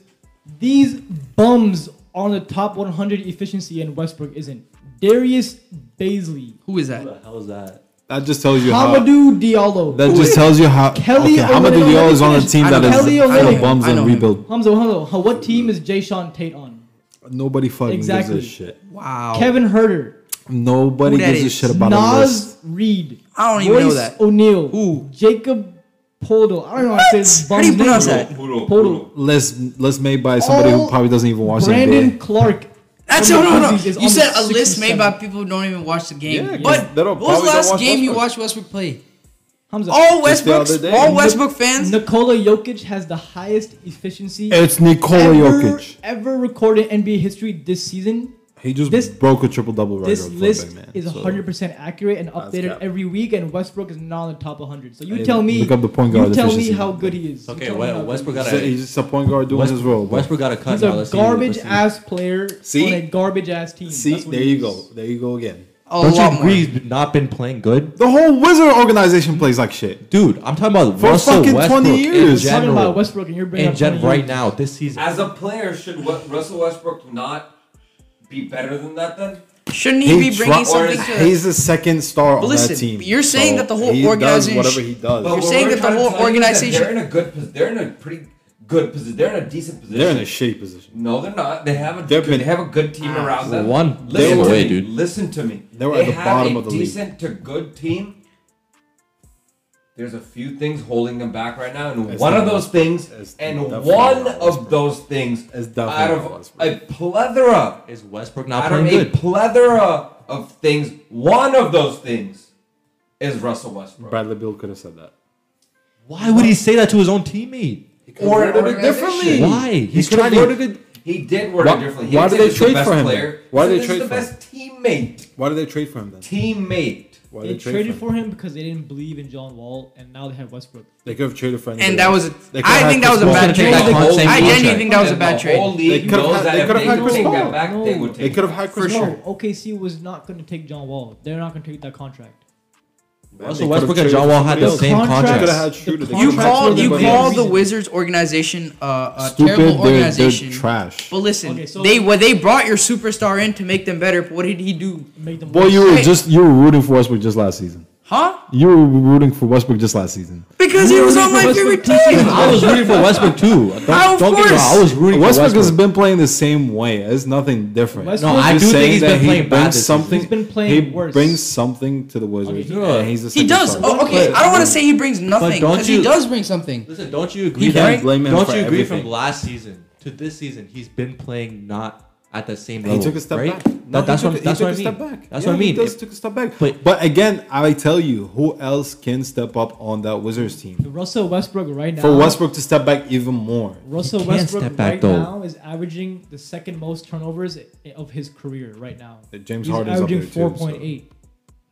[SPEAKER 5] These bums are on the top 100 efficiency and Westbrook isn't. Darius Baisley,
[SPEAKER 6] Who is
[SPEAKER 4] Who
[SPEAKER 6] that?
[SPEAKER 4] the hell is that?
[SPEAKER 2] That just tells you how.
[SPEAKER 5] Hamadou Diallo.
[SPEAKER 2] That just tells you how.
[SPEAKER 5] Kelly
[SPEAKER 2] okay, Hamadou
[SPEAKER 5] Oladipo-
[SPEAKER 2] Diallo is on a
[SPEAKER 5] Kelly
[SPEAKER 2] team that is
[SPEAKER 5] Oladipo-
[SPEAKER 2] full
[SPEAKER 5] I know
[SPEAKER 2] of
[SPEAKER 5] him.
[SPEAKER 2] bums
[SPEAKER 6] I know
[SPEAKER 2] and
[SPEAKER 6] him.
[SPEAKER 2] rebuild.
[SPEAKER 5] Hamza, Hamza, how- what team is Jay Sean Tate on?
[SPEAKER 2] Nobody fucking
[SPEAKER 5] Exactly.
[SPEAKER 2] gives a shit.
[SPEAKER 6] Wow.
[SPEAKER 5] Kevin Herter,
[SPEAKER 2] Nobody
[SPEAKER 6] Who that
[SPEAKER 2] gives a
[SPEAKER 6] is?
[SPEAKER 2] shit about a list.
[SPEAKER 5] Nas Reed,
[SPEAKER 6] I don't even
[SPEAKER 5] Royce
[SPEAKER 6] know that.
[SPEAKER 5] O'Neal,
[SPEAKER 6] Who?
[SPEAKER 5] Jacob Podol. I don't know how to say this
[SPEAKER 6] What? How do you
[SPEAKER 5] bum's name.
[SPEAKER 6] pronounce that?
[SPEAKER 3] Poodle,
[SPEAKER 5] Podol.
[SPEAKER 2] list list made by somebody
[SPEAKER 5] All
[SPEAKER 2] who probably doesn't even watch
[SPEAKER 5] Brandon
[SPEAKER 2] Brandon
[SPEAKER 5] Clark.
[SPEAKER 6] That's no,
[SPEAKER 5] One of
[SPEAKER 6] no,
[SPEAKER 5] the
[SPEAKER 6] no.
[SPEAKER 5] Uzis is
[SPEAKER 6] You
[SPEAKER 5] on
[SPEAKER 6] said
[SPEAKER 5] the
[SPEAKER 6] a list made
[SPEAKER 5] 67.
[SPEAKER 6] by people who don't even watch the game.
[SPEAKER 2] Yeah, 'cause
[SPEAKER 6] but
[SPEAKER 2] they don't-
[SPEAKER 6] what was
[SPEAKER 2] probably
[SPEAKER 6] the
[SPEAKER 2] don't
[SPEAKER 6] last
[SPEAKER 2] watch
[SPEAKER 6] game you
[SPEAKER 2] Westbrook.
[SPEAKER 6] watched Westbrook play?
[SPEAKER 5] Hamza.
[SPEAKER 6] All
[SPEAKER 2] Just the
[SPEAKER 6] Westbrook,
[SPEAKER 2] other day.
[SPEAKER 6] all Westbrook fans.
[SPEAKER 5] Nikola Jokic has the highest efficiency
[SPEAKER 2] It's Nikola
[SPEAKER 5] ever,
[SPEAKER 2] Jokic.
[SPEAKER 5] ever recorded in NBA history this season.
[SPEAKER 2] He just
[SPEAKER 5] This-
[SPEAKER 2] broke a triple double record.
[SPEAKER 5] This
[SPEAKER 2] for a
[SPEAKER 5] list
[SPEAKER 2] big man,
[SPEAKER 5] is
[SPEAKER 2] so-
[SPEAKER 5] 100% accurate and updated
[SPEAKER 1] cap.
[SPEAKER 5] every week, and Westbrook is not on the top 100. So you
[SPEAKER 2] Hey,
[SPEAKER 5] tell me,
[SPEAKER 2] look up the point
[SPEAKER 5] you
[SPEAKER 2] guard
[SPEAKER 5] tell me
[SPEAKER 2] efficiency.
[SPEAKER 5] how good he is. You
[SPEAKER 4] Okay,
[SPEAKER 5] tell me
[SPEAKER 4] well,
[SPEAKER 5] how good
[SPEAKER 4] Westbrook
[SPEAKER 5] he is.
[SPEAKER 4] got
[SPEAKER 2] So he's just a point guard doing his role. bro.
[SPEAKER 4] Westbrook got a cut.
[SPEAKER 5] He's
[SPEAKER 4] now.
[SPEAKER 5] a
[SPEAKER 4] Let's see-
[SPEAKER 5] garbage
[SPEAKER 4] let's see.
[SPEAKER 5] ass player
[SPEAKER 2] See?
[SPEAKER 5] on a garbage ass team.
[SPEAKER 2] See,
[SPEAKER 5] That's what
[SPEAKER 2] there
[SPEAKER 5] he
[SPEAKER 2] you
[SPEAKER 5] is.
[SPEAKER 2] go. There you go again.
[SPEAKER 6] A
[SPEAKER 4] Don't
[SPEAKER 6] lot
[SPEAKER 4] you
[SPEAKER 6] more.
[SPEAKER 4] agree he's not been playing good?
[SPEAKER 2] The whole Wizard organization plays like shit.
[SPEAKER 4] Dude, I'm talking about
[SPEAKER 2] For
[SPEAKER 4] Russell
[SPEAKER 2] fucking 20
[SPEAKER 4] Westbrook
[SPEAKER 2] years.
[SPEAKER 4] in
[SPEAKER 5] Talking
[SPEAKER 4] general.
[SPEAKER 5] about Westbrook and you're bringing
[SPEAKER 4] in
[SPEAKER 5] up
[SPEAKER 4] general,
[SPEAKER 5] 20 years.
[SPEAKER 4] right now, this season.
[SPEAKER 3] As a player, should what, Russell Westbrook not be better than that then?
[SPEAKER 6] Shouldn't he,
[SPEAKER 2] He
[SPEAKER 6] be
[SPEAKER 2] try-
[SPEAKER 6] bringing something to
[SPEAKER 2] he's the second star on
[SPEAKER 6] listen,
[SPEAKER 2] that team.
[SPEAKER 6] you're saying that the whole
[SPEAKER 2] he
[SPEAKER 6] organization-
[SPEAKER 2] does whatever he does.
[SPEAKER 3] But what
[SPEAKER 6] saying
[SPEAKER 3] we're
[SPEAKER 6] that the
[SPEAKER 3] trying to
[SPEAKER 6] whole
[SPEAKER 3] tell you is that
[SPEAKER 6] organization-
[SPEAKER 3] they're in a good position. They're in a pretty good position. They're in a decent position.
[SPEAKER 2] They're in a shitty position.
[SPEAKER 3] No, they're not. They have a
[SPEAKER 2] They're
[SPEAKER 3] good,
[SPEAKER 2] been-
[SPEAKER 3] they have a good team around them.
[SPEAKER 4] Ah, One
[SPEAKER 3] listen
[SPEAKER 2] game
[SPEAKER 3] to
[SPEAKER 4] away,
[SPEAKER 3] me.
[SPEAKER 4] dude.
[SPEAKER 3] Listen to me.
[SPEAKER 2] They were at the
[SPEAKER 3] have
[SPEAKER 2] bottom
[SPEAKER 3] a
[SPEAKER 2] of the league.
[SPEAKER 3] decent to good team. There's a few things holding them back right now, and
[SPEAKER 2] It's
[SPEAKER 3] one of
[SPEAKER 2] definitely-
[SPEAKER 3] those things,
[SPEAKER 2] it's
[SPEAKER 3] and
[SPEAKER 2] definitely
[SPEAKER 3] one
[SPEAKER 2] not
[SPEAKER 3] of those things,
[SPEAKER 2] It's definitely
[SPEAKER 3] out
[SPEAKER 2] not
[SPEAKER 3] of a
[SPEAKER 2] Westbrook.
[SPEAKER 3] plethora,
[SPEAKER 4] Is Westbrook not
[SPEAKER 3] out of
[SPEAKER 4] playing
[SPEAKER 3] a
[SPEAKER 4] good?
[SPEAKER 3] plethora of things, one of those things is Russell Westbrook.
[SPEAKER 2] Bradley Beal could have said that.
[SPEAKER 4] Why would he say that to his own teammate?
[SPEAKER 3] Or an
[SPEAKER 2] Worded it differently.
[SPEAKER 3] organization.
[SPEAKER 4] Why?
[SPEAKER 2] He
[SPEAKER 4] He's
[SPEAKER 2] could have
[SPEAKER 4] trying to-
[SPEAKER 2] worded it-
[SPEAKER 3] He did word
[SPEAKER 2] Why-
[SPEAKER 3] it differently. He
[SPEAKER 2] why
[SPEAKER 3] didn't
[SPEAKER 2] did they
[SPEAKER 3] say this is the
[SPEAKER 2] trade
[SPEAKER 3] best
[SPEAKER 2] for him
[SPEAKER 3] Player.
[SPEAKER 2] then? Why
[SPEAKER 3] He
[SPEAKER 2] did
[SPEAKER 3] said
[SPEAKER 2] they
[SPEAKER 3] this
[SPEAKER 2] trade
[SPEAKER 3] is the best
[SPEAKER 2] Why did they trade for him then?
[SPEAKER 3] teammate. Teammate.
[SPEAKER 2] Why
[SPEAKER 5] They
[SPEAKER 2] did
[SPEAKER 5] traded for him because they didn't believe in John Wall, and now they have Westbrook.
[SPEAKER 2] They could have traded for him.
[SPEAKER 6] And that was a, I think that was a
[SPEAKER 4] Paul.
[SPEAKER 6] bad
[SPEAKER 4] They
[SPEAKER 6] trade.
[SPEAKER 4] could've had Chris Paul.
[SPEAKER 6] I
[SPEAKER 4] Same
[SPEAKER 6] genuinely think that was a
[SPEAKER 3] And
[SPEAKER 6] bad
[SPEAKER 3] the
[SPEAKER 6] trade.
[SPEAKER 3] Whole league
[SPEAKER 2] They could've
[SPEAKER 3] knows
[SPEAKER 2] had-
[SPEAKER 3] that
[SPEAKER 2] they
[SPEAKER 3] if
[SPEAKER 2] could've
[SPEAKER 3] they
[SPEAKER 2] had
[SPEAKER 3] could
[SPEAKER 2] Chris
[SPEAKER 3] take that
[SPEAKER 2] Paul.
[SPEAKER 3] back, they would
[SPEAKER 2] They
[SPEAKER 3] take
[SPEAKER 2] could
[SPEAKER 3] it.
[SPEAKER 2] have had
[SPEAKER 6] For
[SPEAKER 2] Chris
[SPEAKER 5] no,
[SPEAKER 2] Paul.
[SPEAKER 6] sure.
[SPEAKER 5] OKC was not going to take John Wall. They're not going to take that contract.
[SPEAKER 4] Russell Westbrook and John Wall had the same
[SPEAKER 5] contract-
[SPEAKER 4] contract.
[SPEAKER 2] Could have had Schroeder.
[SPEAKER 5] The
[SPEAKER 2] They
[SPEAKER 6] You
[SPEAKER 2] could've had
[SPEAKER 5] contract
[SPEAKER 6] call
[SPEAKER 5] was
[SPEAKER 6] you
[SPEAKER 5] the
[SPEAKER 2] everybody
[SPEAKER 5] biggest
[SPEAKER 6] call
[SPEAKER 2] else.
[SPEAKER 6] the
[SPEAKER 5] reason.
[SPEAKER 6] Wizards organization uh, a
[SPEAKER 2] Stupid, they're-
[SPEAKER 6] terrible
[SPEAKER 2] they're
[SPEAKER 6] organization.
[SPEAKER 2] trash.
[SPEAKER 6] But listen,
[SPEAKER 5] Okay, so-
[SPEAKER 6] they what they brought your superstar in to make them better. But what did he do?
[SPEAKER 5] Make them
[SPEAKER 2] Boy, you were
[SPEAKER 6] Hey.
[SPEAKER 2] just you were rooting for Westbrook just last season.
[SPEAKER 6] Huh?
[SPEAKER 2] You were rooting for Westbrook just last season.
[SPEAKER 6] Because he was on my favorite team.
[SPEAKER 4] I was rooting for Westbrook too. Don't,
[SPEAKER 6] Of
[SPEAKER 4] don't get me
[SPEAKER 6] course.
[SPEAKER 4] wrong. I was rooting
[SPEAKER 2] Westbrook,
[SPEAKER 4] for
[SPEAKER 2] has
[SPEAKER 4] Westbrook.
[SPEAKER 2] been playing the same way. It's nothing different.
[SPEAKER 5] Westbrook- No, I
[SPEAKER 2] Just
[SPEAKER 4] do think
[SPEAKER 2] saying
[SPEAKER 4] he's
[SPEAKER 2] that
[SPEAKER 4] been
[SPEAKER 2] he
[SPEAKER 4] playing bad
[SPEAKER 2] brings
[SPEAKER 4] this season.
[SPEAKER 2] something.
[SPEAKER 5] He's been playing
[SPEAKER 2] he
[SPEAKER 5] worse.
[SPEAKER 2] brings something to the Wizards.
[SPEAKER 5] Okay, yeah.
[SPEAKER 2] and he's the
[SPEAKER 6] He
[SPEAKER 2] second
[SPEAKER 6] does.
[SPEAKER 2] star.
[SPEAKER 6] Oh, okay, I don't want to say he brings nothing
[SPEAKER 4] don't
[SPEAKER 6] because
[SPEAKER 4] you-
[SPEAKER 6] he does bring something.
[SPEAKER 4] Listen, don't you agree?
[SPEAKER 2] You can't
[SPEAKER 4] that-
[SPEAKER 2] blame him
[SPEAKER 4] don't
[SPEAKER 2] for
[SPEAKER 4] you agree
[SPEAKER 2] everything.
[SPEAKER 4] from last season to this season? He's been playing not at the same
[SPEAKER 2] He
[SPEAKER 4] level.
[SPEAKER 2] took a step
[SPEAKER 4] right?
[SPEAKER 2] back.
[SPEAKER 4] That-
[SPEAKER 2] No, he
[SPEAKER 4] that's
[SPEAKER 2] took-
[SPEAKER 4] what
[SPEAKER 2] he
[SPEAKER 4] that's
[SPEAKER 2] took
[SPEAKER 4] what I
[SPEAKER 2] a
[SPEAKER 4] mean.
[SPEAKER 2] step back.
[SPEAKER 4] That's
[SPEAKER 2] Yeah,
[SPEAKER 4] what I mean.
[SPEAKER 2] He does
[SPEAKER 4] If-
[SPEAKER 2] took a step back. But,
[SPEAKER 4] But-
[SPEAKER 2] again, I tell you, who else can step up on that Wizards team?
[SPEAKER 5] Russell Westbrook right now.
[SPEAKER 2] For Westbrook to step back even more.
[SPEAKER 5] Russell
[SPEAKER 4] He can't
[SPEAKER 5] Westbrook
[SPEAKER 4] step back,
[SPEAKER 5] right
[SPEAKER 4] though.
[SPEAKER 5] now is averaging the second most turnovers i- of his career right now.
[SPEAKER 2] James
[SPEAKER 5] He's
[SPEAKER 2] Harden's up
[SPEAKER 5] averaging
[SPEAKER 2] there too.
[SPEAKER 5] four
[SPEAKER 2] so-
[SPEAKER 5] point eight.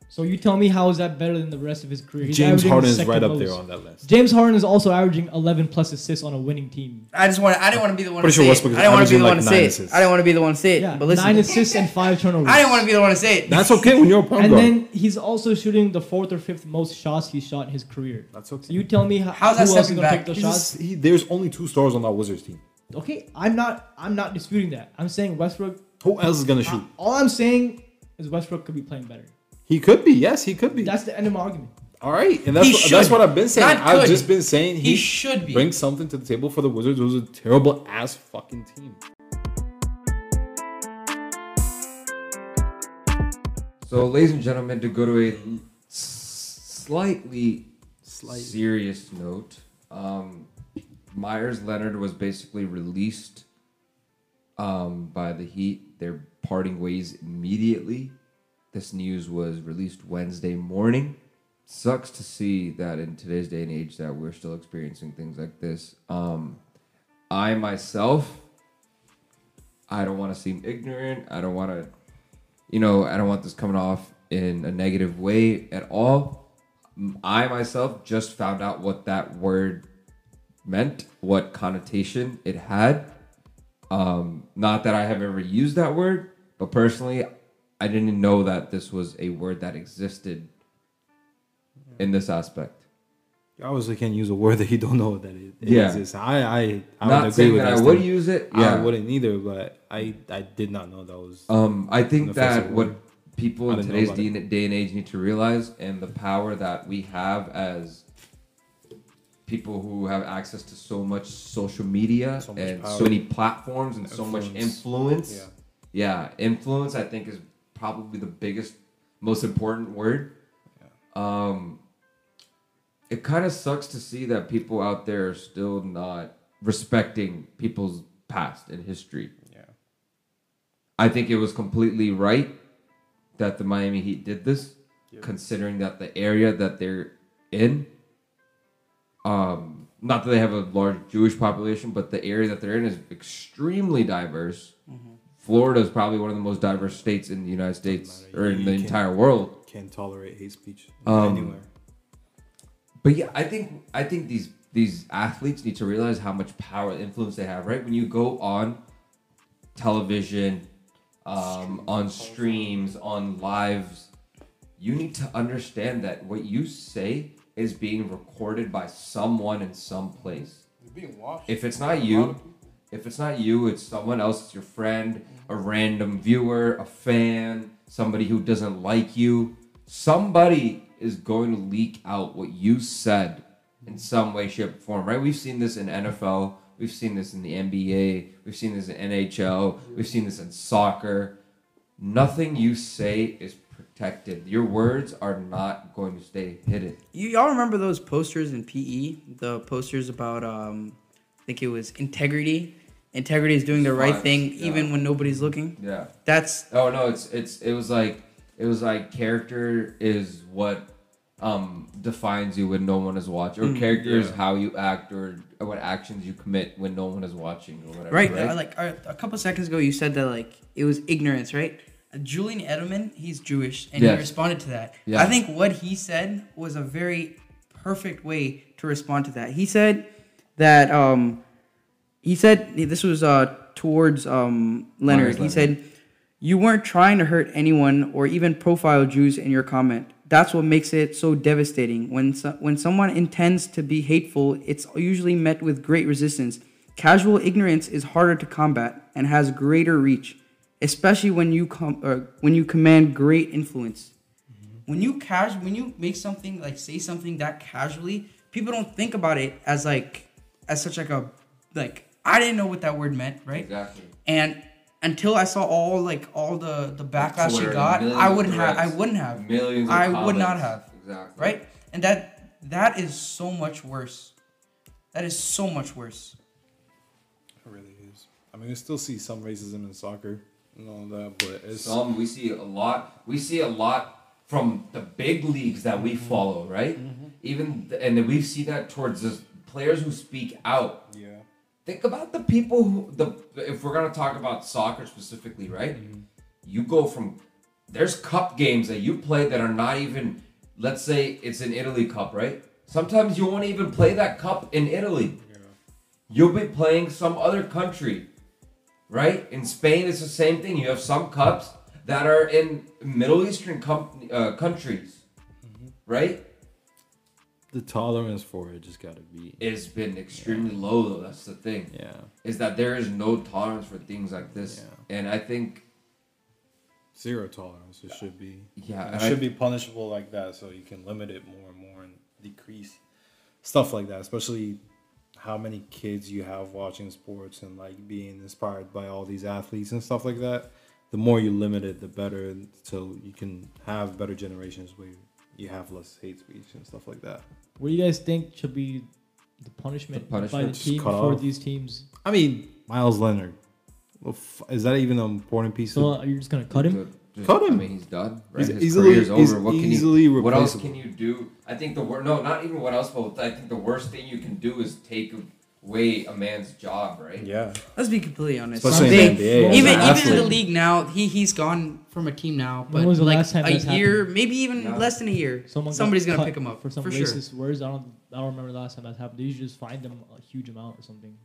[SPEAKER 5] So you tell me how is that better than the rest of his career? He's
[SPEAKER 2] James
[SPEAKER 5] averaging the
[SPEAKER 2] Harden's
[SPEAKER 5] second
[SPEAKER 2] right up there
[SPEAKER 5] most.
[SPEAKER 2] on that list.
[SPEAKER 5] James Harden is also averaging 11 plus assists on a winning team.
[SPEAKER 6] I just want. I didn't want to be the one.
[SPEAKER 2] Pretty
[SPEAKER 6] to
[SPEAKER 2] sure
[SPEAKER 6] say
[SPEAKER 2] Westbrook
[SPEAKER 6] it.
[SPEAKER 2] is
[SPEAKER 6] I didn't want to be
[SPEAKER 2] averaging
[SPEAKER 6] the
[SPEAKER 2] like
[SPEAKER 6] one to
[SPEAKER 2] nine
[SPEAKER 6] say it.
[SPEAKER 2] assists.
[SPEAKER 6] I didn't want to be the one to say it.
[SPEAKER 5] Yeah,
[SPEAKER 6] but listen,
[SPEAKER 5] nine assists and five turnovers.
[SPEAKER 6] I didn't want to be the one to say it.
[SPEAKER 2] That's okay when you're a point
[SPEAKER 5] And
[SPEAKER 2] guard.
[SPEAKER 5] then he's also shooting the fourth or fifth most shots he shot in his career.
[SPEAKER 2] That's okay.
[SPEAKER 5] So you tell me how,
[SPEAKER 6] How's
[SPEAKER 5] who
[SPEAKER 6] that
[SPEAKER 5] else is
[SPEAKER 6] stepping
[SPEAKER 5] gonna
[SPEAKER 6] back?
[SPEAKER 5] take those
[SPEAKER 2] He's
[SPEAKER 5] shots?
[SPEAKER 2] just- he- there's only two stars on that Wizards team.
[SPEAKER 5] Okay, I'm not I'm not disputing that. I'm saying Westbrook.
[SPEAKER 2] Who else is gonna shoot?
[SPEAKER 5] All I'm saying is Westbrook could be playing better.
[SPEAKER 2] He could be. Yes, he could be.
[SPEAKER 5] That's the end of my argument.
[SPEAKER 2] All right, and that's
[SPEAKER 6] He
[SPEAKER 2] what, that's
[SPEAKER 6] should.
[SPEAKER 2] what I've been saying.
[SPEAKER 6] Not
[SPEAKER 2] I've
[SPEAKER 6] could.
[SPEAKER 2] just been saying
[SPEAKER 6] He should be.
[SPEAKER 2] bring something to the table for the Wizards, who's a terrible ass fucking team.
[SPEAKER 3] So, ladies and gentlemen, to go to a l- slightly, serious note, um, Myers Leonard was basically released um, by the Heat. They're parting ways immediately. This news was released Wednesday morning. Sucks to see that in today's day and age that we're still experiencing things like this. Um, I myself, I don't want to seem ignorant. I don't want to you know, I don't want this coming off in a negative way at all. M- I myself just found out what that word meant, what connotation it had. Um, not that I have ever used that word, but personally, I didn't know that this was a word that existed in this aspect.
[SPEAKER 2] You obviously can't use a word that you don't know that it, it
[SPEAKER 3] Yeah.
[SPEAKER 2] exists. I I, I
[SPEAKER 3] not
[SPEAKER 2] would agree
[SPEAKER 3] saying
[SPEAKER 2] with
[SPEAKER 3] that I
[SPEAKER 2] that
[SPEAKER 3] would
[SPEAKER 2] statement.
[SPEAKER 3] use it.
[SPEAKER 2] I wouldn't either, but I I did not know that was.
[SPEAKER 3] Um, I
[SPEAKER 2] An
[SPEAKER 3] think that
[SPEAKER 2] offensive
[SPEAKER 3] what
[SPEAKER 2] word.
[SPEAKER 3] people
[SPEAKER 2] I
[SPEAKER 3] in
[SPEAKER 2] didn't know
[SPEAKER 3] today's
[SPEAKER 2] about
[SPEAKER 3] day, day and age need to realize, and the power that we have as people who have access to so much social media
[SPEAKER 2] So much
[SPEAKER 3] and
[SPEAKER 2] power.
[SPEAKER 3] so many platforms and so much
[SPEAKER 2] Influence.
[SPEAKER 3] influence.
[SPEAKER 2] Yeah.
[SPEAKER 3] Yeah, influence. I think is probably the biggest, most important word. Um, it kind of sucks to see that people out there are still not respecting people's past and history.
[SPEAKER 2] yeah.
[SPEAKER 3] I think it was completely right that the Miami Heat did this, considering that the area that they're in, um, not that they have a large Jewish population, but the area that they're in is extremely diverse.
[SPEAKER 2] Mm-hmm.
[SPEAKER 3] Florida is probably one of the most diverse states in the United States
[SPEAKER 2] matter.
[SPEAKER 3] or
[SPEAKER 2] You
[SPEAKER 3] in the
[SPEAKER 2] can't-
[SPEAKER 3] entire world.
[SPEAKER 2] Can't tolerate hate speech
[SPEAKER 3] Um,
[SPEAKER 2] anywhere.
[SPEAKER 3] But yeah, I think I think these these athletes need to realize how much power and influence they have. Right when you go on television, um, on streams, on lives, you need to understand that what you say is being recorded by someone in some place. If it's not you, if it's not you, it's someone else. It's your friend, a random viewer, a fan, somebody who doesn't like you. Somebody is going to leak out what you said in some way, shape, or form. Right? We've seen this in NFL. We've seen this in the NBA. We've seen this in NHL. We've seen this in soccer. Nothing you say is protected. Your words are not going to stay hidden.
[SPEAKER 6] You y'all remember those posters in PE? The posters about um, I think it was integrity. Integrity is doing the right
[SPEAKER 3] Smart,
[SPEAKER 6] thing
[SPEAKER 3] yeah.
[SPEAKER 6] even when nobody's looking.
[SPEAKER 3] Yeah.
[SPEAKER 6] That's
[SPEAKER 3] Oh no, it's it's it was like it was like character is what um defines you when no one is watching, or character is how you act or, or what actions you commit when no one is watching or whatever.
[SPEAKER 6] right.
[SPEAKER 3] Right.
[SPEAKER 6] uh, Like uh, a couple seconds ago, you said that like it was ignorance, right? Uh, Julian Edelman, he's Jewish, and he
[SPEAKER 3] Yes.
[SPEAKER 6] responded to that.
[SPEAKER 3] Yeah.
[SPEAKER 6] I think what he said was a very perfect way to respond to that. He said that um, he said this was uh towards um Leonard.
[SPEAKER 3] Myers
[SPEAKER 6] He said, "You weren't trying to hurt anyone or even profile Jews in your comment." That's what makes it so devastating. When so- when someone intends to be hateful, it's usually met with great resistance. Casual ignorance is harder to combat and has greater reach, especially when you com- or when you command great influence. When you cash, when you make something like say something that casually, people don't think about it as like as such like a like I didn't know what that word meant, right?
[SPEAKER 3] Exactly.
[SPEAKER 6] And until I saw all like all the the backlash
[SPEAKER 3] Twitter,
[SPEAKER 6] she got,
[SPEAKER 3] millions
[SPEAKER 6] I
[SPEAKER 3] of
[SPEAKER 6] wouldn't have. I
[SPEAKER 3] threats,
[SPEAKER 6] wouldn't have.
[SPEAKER 3] Millions. Of
[SPEAKER 6] I would not
[SPEAKER 3] comments.
[SPEAKER 6] have.
[SPEAKER 3] Exactly.
[SPEAKER 6] Right. And that that is so much worse. That is so much worse.
[SPEAKER 2] It really is. I mean, we still see some racism in soccer and all that, but it's
[SPEAKER 3] Some we see a lot. We see a lot from the big leagues that we
[SPEAKER 6] Mm-hmm.
[SPEAKER 3] follow, right? Even th- and we see that towards the players who speak out.
[SPEAKER 2] yeah.
[SPEAKER 3] Think about the people who the if we're gonna talk about soccer specifically, right? You go from there's cup games that you play that are not even let's say it's an Italy cup, right? Sometimes you won't even play that cup in Italy. You'll be playing some other country, right? In Spain, it's the same thing. You have some cups that are in Middle Eastern com- uh, countries, right?
[SPEAKER 7] The tolerance for it just gotta be.
[SPEAKER 3] It's been extremely low, though. That's the thing.
[SPEAKER 7] Yeah.
[SPEAKER 3] is that there is no tolerance for things like this. And I think,
[SPEAKER 2] Zero tolerance. It should be.
[SPEAKER 3] yeah,
[SPEAKER 2] It
[SPEAKER 3] and
[SPEAKER 2] should
[SPEAKER 3] I,
[SPEAKER 2] be punishable like that, so you can limit it more and more and decrease stuff like that. Especially how many kids you have watching sports and like being inspired by all these athletes and stuff like that. The more you limit it, the better. So you can have better generations where you have less hate speech and stuff like that.
[SPEAKER 5] What do you guys think should be the punishment,
[SPEAKER 3] The punishment
[SPEAKER 5] by the
[SPEAKER 2] just
[SPEAKER 5] team
[SPEAKER 2] cut
[SPEAKER 5] for
[SPEAKER 2] off.
[SPEAKER 5] these teams?
[SPEAKER 2] I mean, Miles Leonard. Well, f- Is that even an important piece?
[SPEAKER 5] So
[SPEAKER 2] of,
[SPEAKER 5] uh, you're just gonna cut him?
[SPEAKER 3] Just-
[SPEAKER 2] Cut him.
[SPEAKER 3] I mean, he's done. Right?
[SPEAKER 2] He's
[SPEAKER 3] His
[SPEAKER 2] easily-
[SPEAKER 3] career's
[SPEAKER 2] he's
[SPEAKER 3] over. What can
[SPEAKER 2] easily
[SPEAKER 3] you? What else
[SPEAKER 2] replaceable.
[SPEAKER 3] can you do? I think the wor- no, not even what else, but I think the worst thing you can do is take away a man's job, right?
[SPEAKER 2] yeah,
[SPEAKER 6] Let's be completely honest.
[SPEAKER 2] Especially
[SPEAKER 6] They-
[SPEAKER 2] in the NBA,
[SPEAKER 6] even
[SPEAKER 5] as an
[SPEAKER 6] even in the
[SPEAKER 2] athlete.
[SPEAKER 6] league now, he he's gone from a team now.
[SPEAKER 5] When
[SPEAKER 6] But
[SPEAKER 5] was the
[SPEAKER 6] like
[SPEAKER 5] last time
[SPEAKER 6] a
[SPEAKER 5] this
[SPEAKER 6] year, maybe even
[SPEAKER 3] No.
[SPEAKER 6] less than a year,
[SPEAKER 5] Someone got
[SPEAKER 6] somebody's gonna
[SPEAKER 5] cut
[SPEAKER 6] pick him up
[SPEAKER 5] for some
[SPEAKER 6] sure.
[SPEAKER 5] racist words. I don't I don't remember the last time that happened. They usually just find them a huge amount or something.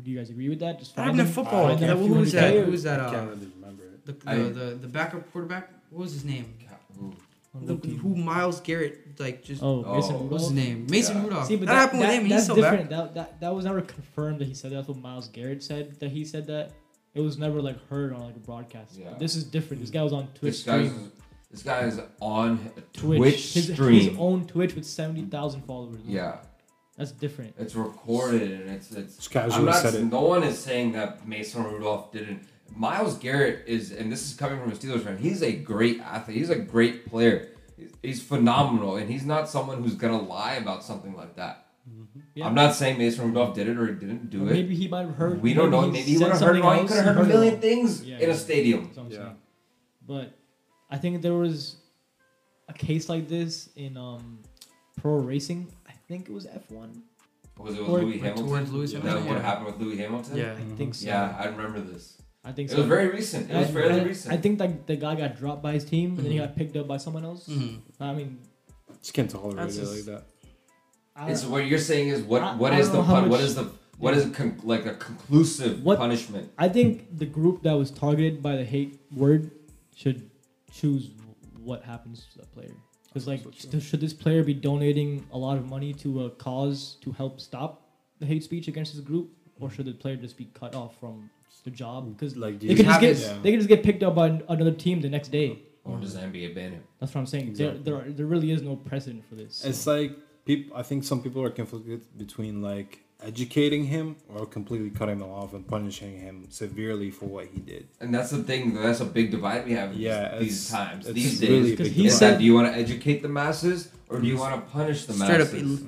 [SPEAKER 5] Do you guys agree with that? Just
[SPEAKER 6] That
[SPEAKER 5] find
[SPEAKER 6] happened in
[SPEAKER 5] them,
[SPEAKER 6] football.
[SPEAKER 5] find them
[SPEAKER 6] Yeah,
[SPEAKER 5] a few
[SPEAKER 6] who was
[SPEAKER 5] hundred
[SPEAKER 6] that?
[SPEAKER 5] players.
[SPEAKER 6] Who was that?
[SPEAKER 2] I can't
[SPEAKER 6] Uh,
[SPEAKER 2] really remember it.
[SPEAKER 6] the,
[SPEAKER 3] I-
[SPEAKER 6] the, the the backup quarterback. What was his name?
[SPEAKER 3] Ca- ooh.
[SPEAKER 5] On
[SPEAKER 6] The,
[SPEAKER 5] what team?
[SPEAKER 6] who Miles Garrett like just.
[SPEAKER 5] Oh,
[SPEAKER 3] Oh.
[SPEAKER 5] Mason
[SPEAKER 3] What
[SPEAKER 6] What's
[SPEAKER 5] Rudolph.
[SPEAKER 6] his name? Mason
[SPEAKER 3] Yeah.
[SPEAKER 6] Rudolph.
[SPEAKER 5] See,
[SPEAKER 6] that,
[SPEAKER 5] but
[SPEAKER 6] happened with him. and He's
[SPEAKER 5] that's
[SPEAKER 6] still back.
[SPEAKER 5] different. That, that that was never confirmed that he said that. That's what Miles Garrett said that he said that. It was never like heard on like a broadcast.
[SPEAKER 3] Yeah.
[SPEAKER 5] But this is different. This guy was on Twitch
[SPEAKER 3] This guy's
[SPEAKER 5] stream.
[SPEAKER 3] this guy is on a Twitch,
[SPEAKER 5] his,
[SPEAKER 3] stream.
[SPEAKER 5] his own Twitch with seventy thousand followers.
[SPEAKER 3] yeah,
[SPEAKER 5] that's different.
[SPEAKER 3] it's recorded and it's it's
[SPEAKER 2] Just
[SPEAKER 3] I'm
[SPEAKER 2] casually
[SPEAKER 3] not,
[SPEAKER 2] said it.
[SPEAKER 3] No one is saying that Mason Rudolph didn't. Miles Garrett is, and this is coming from a Steelers fan. He's a great athlete. He's a great player. He's- He's phenomenal, and he's not someone who's gonna lie about something like that.
[SPEAKER 5] Yeah.
[SPEAKER 3] I'm not saying Mason Rudolph did it or didn't do
[SPEAKER 5] Or
[SPEAKER 3] it.
[SPEAKER 5] maybe he might have heard.
[SPEAKER 3] we don't know.
[SPEAKER 5] he
[SPEAKER 3] Maybe he
[SPEAKER 5] said
[SPEAKER 3] would have heard it
[SPEAKER 5] something
[SPEAKER 3] all. He
[SPEAKER 5] else,
[SPEAKER 3] could have heard a
[SPEAKER 5] it all.
[SPEAKER 3] million things
[SPEAKER 5] Yeah,
[SPEAKER 3] in
[SPEAKER 5] yeah.
[SPEAKER 3] a stadium.
[SPEAKER 5] That's what I'm
[SPEAKER 2] Yeah.
[SPEAKER 5] saying. But I think there was a case like this in um, pro racing. I think it was F1.
[SPEAKER 3] Was it with
[SPEAKER 5] Or-
[SPEAKER 3] Louis
[SPEAKER 6] Like,
[SPEAKER 3] Hamilton?
[SPEAKER 6] towards Lewis
[SPEAKER 3] Is
[SPEAKER 6] Hamilton,
[SPEAKER 3] that what
[SPEAKER 6] yeah.
[SPEAKER 3] happened with Louis Hamilton?
[SPEAKER 6] Yeah.
[SPEAKER 5] I think so.
[SPEAKER 3] Yeah, I remember this.
[SPEAKER 5] I think
[SPEAKER 3] It
[SPEAKER 5] so.
[SPEAKER 3] was very recent. It was
[SPEAKER 5] And-
[SPEAKER 3] fairly
[SPEAKER 5] and
[SPEAKER 3] recent.
[SPEAKER 5] I think that the guy got dropped by his team, and then he
[SPEAKER 6] Mhm.
[SPEAKER 5] got picked up by someone else.
[SPEAKER 6] Mhm.
[SPEAKER 5] I mean,
[SPEAKER 2] Just can't tolerate
[SPEAKER 6] That's
[SPEAKER 2] it
[SPEAKER 6] just-
[SPEAKER 2] like that.
[SPEAKER 5] I
[SPEAKER 3] It's what you're saying is what
[SPEAKER 5] I-
[SPEAKER 3] what
[SPEAKER 5] I
[SPEAKER 3] is
[SPEAKER 5] don't
[SPEAKER 3] the
[SPEAKER 5] know how
[SPEAKER 3] pun, what
[SPEAKER 5] much-
[SPEAKER 3] is the what is con- like a conclusive
[SPEAKER 5] What-
[SPEAKER 3] punishment?
[SPEAKER 5] I think the group that was targeted by the hate word should choose what happens to that player. Because like,
[SPEAKER 2] So true.
[SPEAKER 5] st- should this player be donating a lot of money to a cause to help stop the hate speech against this group, or should the player just be cut off from the job? Because
[SPEAKER 2] Like,
[SPEAKER 5] they could just
[SPEAKER 6] have
[SPEAKER 5] get
[SPEAKER 6] it-
[SPEAKER 2] Yeah.
[SPEAKER 5] they could just get picked up by an- another team the next day.
[SPEAKER 3] Or does the NBA ban it?
[SPEAKER 5] That's what I'm saying.
[SPEAKER 2] Exactly.
[SPEAKER 5] There, there, are- there really is no precedent for this.
[SPEAKER 2] It's like people. I think some people are conflicted between like educating him or completely cutting him off and punishing him severely for what he did.
[SPEAKER 3] And that's the thing. That's a big divide we have. in
[SPEAKER 2] Yeah,
[SPEAKER 3] these- these
[SPEAKER 2] it's-
[SPEAKER 3] times,
[SPEAKER 2] it's
[SPEAKER 3] these days.
[SPEAKER 2] really
[SPEAKER 5] Because
[SPEAKER 2] big
[SPEAKER 5] he
[SPEAKER 2] divide.
[SPEAKER 3] is
[SPEAKER 5] said-
[SPEAKER 3] that do you want to educate the masses or do you want to punish the
[SPEAKER 6] Straight up,
[SPEAKER 3] masses?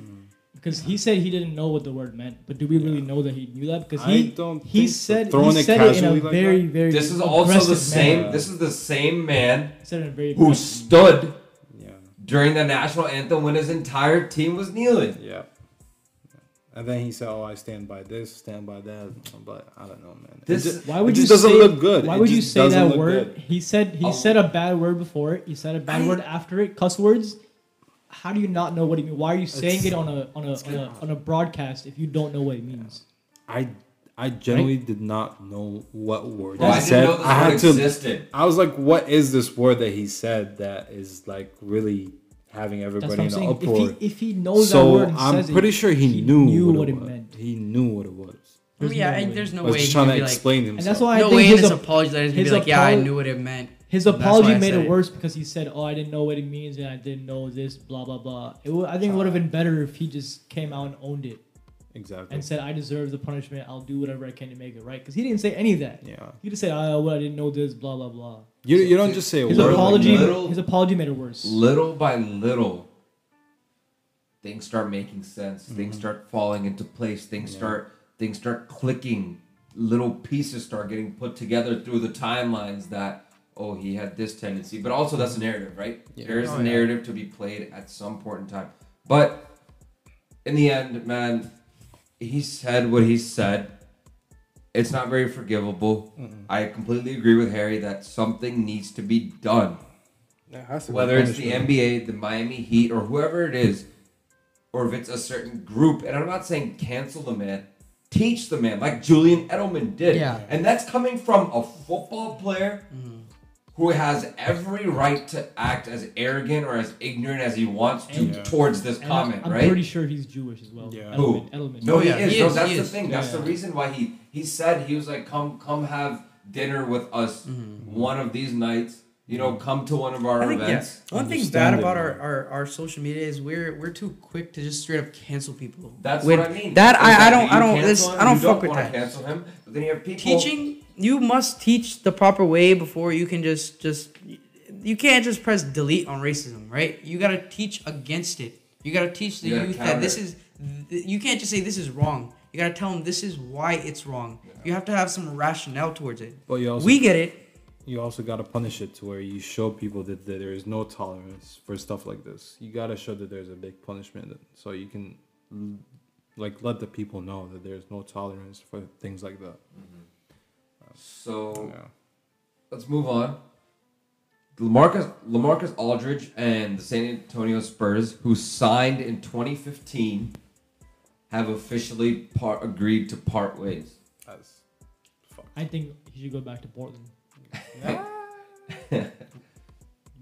[SPEAKER 5] Because he said he didn't know what the word meant, but do we really know that he knew that? Because
[SPEAKER 2] I
[SPEAKER 5] he
[SPEAKER 2] don't
[SPEAKER 5] he
[SPEAKER 2] think so.
[SPEAKER 5] said
[SPEAKER 2] Throwing
[SPEAKER 5] he
[SPEAKER 2] it
[SPEAKER 5] said it, in
[SPEAKER 2] casually
[SPEAKER 5] a
[SPEAKER 2] like
[SPEAKER 5] very very
[SPEAKER 3] This is also the
[SPEAKER 5] aggressive
[SPEAKER 3] same.
[SPEAKER 5] manner.
[SPEAKER 3] This is the same man
[SPEAKER 5] He said it in a very
[SPEAKER 3] who
[SPEAKER 5] aggressive manner.
[SPEAKER 3] stood
[SPEAKER 2] Yeah,
[SPEAKER 3] during the national anthem when his entire team was kneeling.
[SPEAKER 2] yeah. And then he said, "Oh, I stand by this, stand by that." But I don't know, man. It
[SPEAKER 3] This-
[SPEAKER 2] ju-
[SPEAKER 5] Why would
[SPEAKER 2] it
[SPEAKER 5] you
[SPEAKER 2] just doesn't
[SPEAKER 5] say,
[SPEAKER 2] look good.
[SPEAKER 5] Why
[SPEAKER 2] It
[SPEAKER 5] would you
[SPEAKER 2] just
[SPEAKER 5] say
[SPEAKER 2] doesn't
[SPEAKER 5] that
[SPEAKER 2] look
[SPEAKER 5] word?
[SPEAKER 2] good.
[SPEAKER 5] He said he
[SPEAKER 3] Oh.
[SPEAKER 5] said a bad word before it. He said a bad
[SPEAKER 6] I-
[SPEAKER 5] word after it. Cuss words. How do you not know what it means? Why are you saying
[SPEAKER 2] It's-
[SPEAKER 5] it on a on a, on a on a broadcast if you don't know what it means?
[SPEAKER 2] I I generally did not know what word
[SPEAKER 3] Bro,
[SPEAKER 2] he
[SPEAKER 3] I didn't
[SPEAKER 2] said.
[SPEAKER 3] know this
[SPEAKER 2] I
[SPEAKER 3] word
[SPEAKER 2] had to.
[SPEAKER 3] existed.
[SPEAKER 2] I was like, "What is this word that he said that is like really having
[SPEAKER 5] That's
[SPEAKER 2] everybody
[SPEAKER 5] what I'm
[SPEAKER 2] in an
[SPEAKER 5] saying. If
[SPEAKER 2] uproar?"
[SPEAKER 5] he, if he knows that
[SPEAKER 2] so
[SPEAKER 5] word and
[SPEAKER 2] I'm
[SPEAKER 5] says
[SPEAKER 2] pretty
[SPEAKER 5] it,
[SPEAKER 2] sure he, knew, what, it
[SPEAKER 5] it
[SPEAKER 2] was.
[SPEAKER 5] meant.
[SPEAKER 2] He knew what it was.
[SPEAKER 5] There's
[SPEAKER 6] Oh, yeah,
[SPEAKER 5] no
[SPEAKER 6] and
[SPEAKER 5] way.
[SPEAKER 6] there's no
[SPEAKER 2] I was
[SPEAKER 6] way.
[SPEAKER 2] just
[SPEAKER 6] he
[SPEAKER 2] trying
[SPEAKER 6] could
[SPEAKER 2] to
[SPEAKER 6] be like-
[SPEAKER 2] explain
[SPEAKER 5] and
[SPEAKER 2] himself.
[SPEAKER 5] that's why I
[SPEAKER 6] no
[SPEAKER 5] think
[SPEAKER 6] way in
[SPEAKER 5] his
[SPEAKER 6] his
[SPEAKER 5] ap-
[SPEAKER 6] apology letter he'd be
[SPEAKER 5] his
[SPEAKER 6] like, yeah, I
[SPEAKER 5] apol-
[SPEAKER 6] knew what it meant.
[SPEAKER 5] His
[SPEAKER 6] That's why I
[SPEAKER 5] apology made
[SPEAKER 6] said
[SPEAKER 5] it
[SPEAKER 6] it.
[SPEAKER 5] worse because he said, "Oh, I didn't know what it means, and I didn't know this." Blah blah blah. It w- I think it would have been better if he just came out and owned it
[SPEAKER 2] exactly.
[SPEAKER 5] and said, "I deserve the punishment. I'll do whatever I can to make it right." Because he didn't say any of that.
[SPEAKER 2] yeah,
[SPEAKER 5] He just said, "Oh, well, I didn't know this." Blah blah blah.
[SPEAKER 2] you, you don't just say a
[SPEAKER 5] His
[SPEAKER 2] word.
[SPEAKER 5] apology,
[SPEAKER 2] Like that.
[SPEAKER 3] little-
[SPEAKER 5] his apology made it worse.
[SPEAKER 3] Little by little,
[SPEAKER 6] Mm-hmm.
[SPEAKER 3] things start making sense. Things start falling into place. Things start things start clicking. little pieces start getting put together through the timelines that oh he had this tendency, but also that's a narrative, right? There is
[SPEAKER 6] Oh,
[SPEAKER 3] a
[SPEAKER 6] Mm-hmm. yeah.
[SPEAKER 3] narrative to be played at some point in time, but in the end, man, he said what he said. It's not very forgivable.
[SPEAKER 6] Mm-hmm.
[SPEAKER 3] I completely agree with Harry that something needs to be done
[SPEAKER 1] It has to be
[SPEAKER 3] whether it's the
[SPEAKER 1] punishment.
[SPEAKER 3] NBA, the Miami Heat, or whoever it is, or if it's a certain group. And I'm not saying cancel the man, teach the man, like Julian Edelman did.
[SPEAKER 6] Yeah.
[SPEAKER 3] And that's coming from a football player who has every right to act as arrogant or as ignorant as he wants to
[SPEAKER 1] And- Yeah.
[SPEAKER 3] towards this
[SPEAKER 5] And
[SPEAKER 3] comment,
[SPEAKER 5] I'm
[SPEAKER 3] right?
[SPEAKER 5] pretty sure he's Jewish as well.
[SPEAKER 1] Yeah.
[SPEAKER 3] Who?
[SPEAKER 5] Edelman. Edelman.
[SPEAKER 3] No,
[SPEAKER 6] Oh,
[SPEAKER 3] he
[SPEAKER 6] yeah,
[SPEAKER 3] is.
[SPEAKER 6] he
[SPEAKER 3] no,
[SPEAKER 6] is,
[SPEAKER 3] that's
[SPEAKER 6] he
[SPEAKER 3] the
[SPEAKER 6] is.
[SPEAKER 3] thing.
[SPEAKER 5] Yeah,
[SPEAKER 3] that's the
[SPEAKER 5] yeah.
[SPEAKER 3] reason why he he said he was like, come come have dinner with us one of these nights. You know, come to one of our
[SPEAKER 6] I think yeah.
[SPEAKER 3] events.
[SPEAKER 6] One thing bad about
[SPEAKER 1] Understandable.
[SPEAKER 6] our, our, our social media is we're we're too quick to just straight up cancel people.
[SPEAKER 3] That's
[SPEAKER 6] With
[SPEAKER 3] what I mean.
[SPEAKER 6] That I, I
[SPEAKER 3] Exactly.
[SPEAKER 6] don't I
[SPEAKER 3] You
[SPEAKER 6] don't
[SPEAKER 3] cancel
[SPEAKER 6] this,
[SPEAKER 3] him,
[SPEAKER 6] I don't
[SPEAKER 3] you
[SPEAKER 6] fuck with
[SPEAKER 3] wanna
[SPEAKER 6] that.
[SPEAKER 3] Cancel him. But then you have people
[SPEAKER 6] Teaching you must teach the proper way before you can just just you can't just press delete on racism, right? You gotta teach against it. You gotta teach the
[SPEAKER 3] You gotta
[SPEAKER 6] youth that this
[SPEAKER 3] counter
[SPEAKER 6] is you can't just say this is wrong. You gotta tell them this is why it's wrong. You have to have some rationale towards it.
[SPEAKER 1] But you also
[SPEAKER 6] We get it.
[SPEAKER 1] you also gotta punish it to where you show people that, that there is no tolerance for stuff like this. You gotta show that there's a big punishment, so you can l- like let the people know that there's no tolerance for things like that.
[SPEAKER 3] So
[SPEAKER 1] Yeah.
[SPEAKER 3] let's move on. Lamarcus Lamarcus Aldridge and the San Antonio Spurs, who signed in 2015, have officially par- agreed to part ways.
[SPEAKER 1] That's fuck.
[SPEAKER 5] I think he should go back to Portland.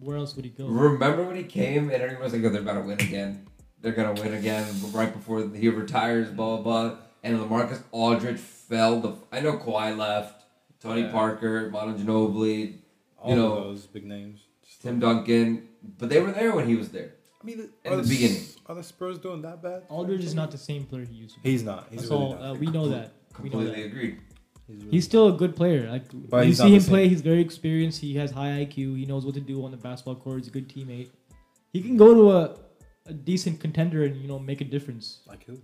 [SPEAKER 5] Where else would he go?
[SPEAKER 3] Remember when he came and everyone was like, "Oh, they're about to win again. They're gonna win again." Right before he retires, blah blah. blah. And Lamarcus Aldridge fell. The I know Kawhi left, Tony
[SPEAKER 1] Yeah.
[SPEAKER 3] Parker, Mono Ginobili,
[SPEAKER 1] All of
[SPEAKER 3] you know,
[SPEAKER 1] those big names. Just
[SPEAKER 3] Tim Duncan, but they were there when he was there.
[SPEAKER 1] I mean,
[SPEAKER 3] the
[SPEAKER 1] s-
[SPEAKER 3] beginning.
[SPEAKER 1] are the Spurs doing that bad?
[SPEAKER 5] Aldridge is not the same player he used to be.
[SPEAKER 1] He's not. He's
[SPEAKER 5] so
[SPEAKER 1] really not.
[SPEAKER 5] uh, we know that. We know
[SPEAKER 3] Completely
[SPEAKER 5] that.
[SPEAKER 3] agreed.
[SPEAKER 1] he's really
[SPEAKER 5] He's still a good player. Like when you
[SPEAKER 1] he's not
[SPEAKER 5] see
[SPEAKER 1] the
[SPEAKER 5] him
[SPEAKER 1] same.
[SPEAKER 5] play, he's very experienced. He has high IQ. He knows what to do on the basketball court. He's a good teammate. He can go to a, a decent contender and you know make a difference.
[SPEAKER 1] like who?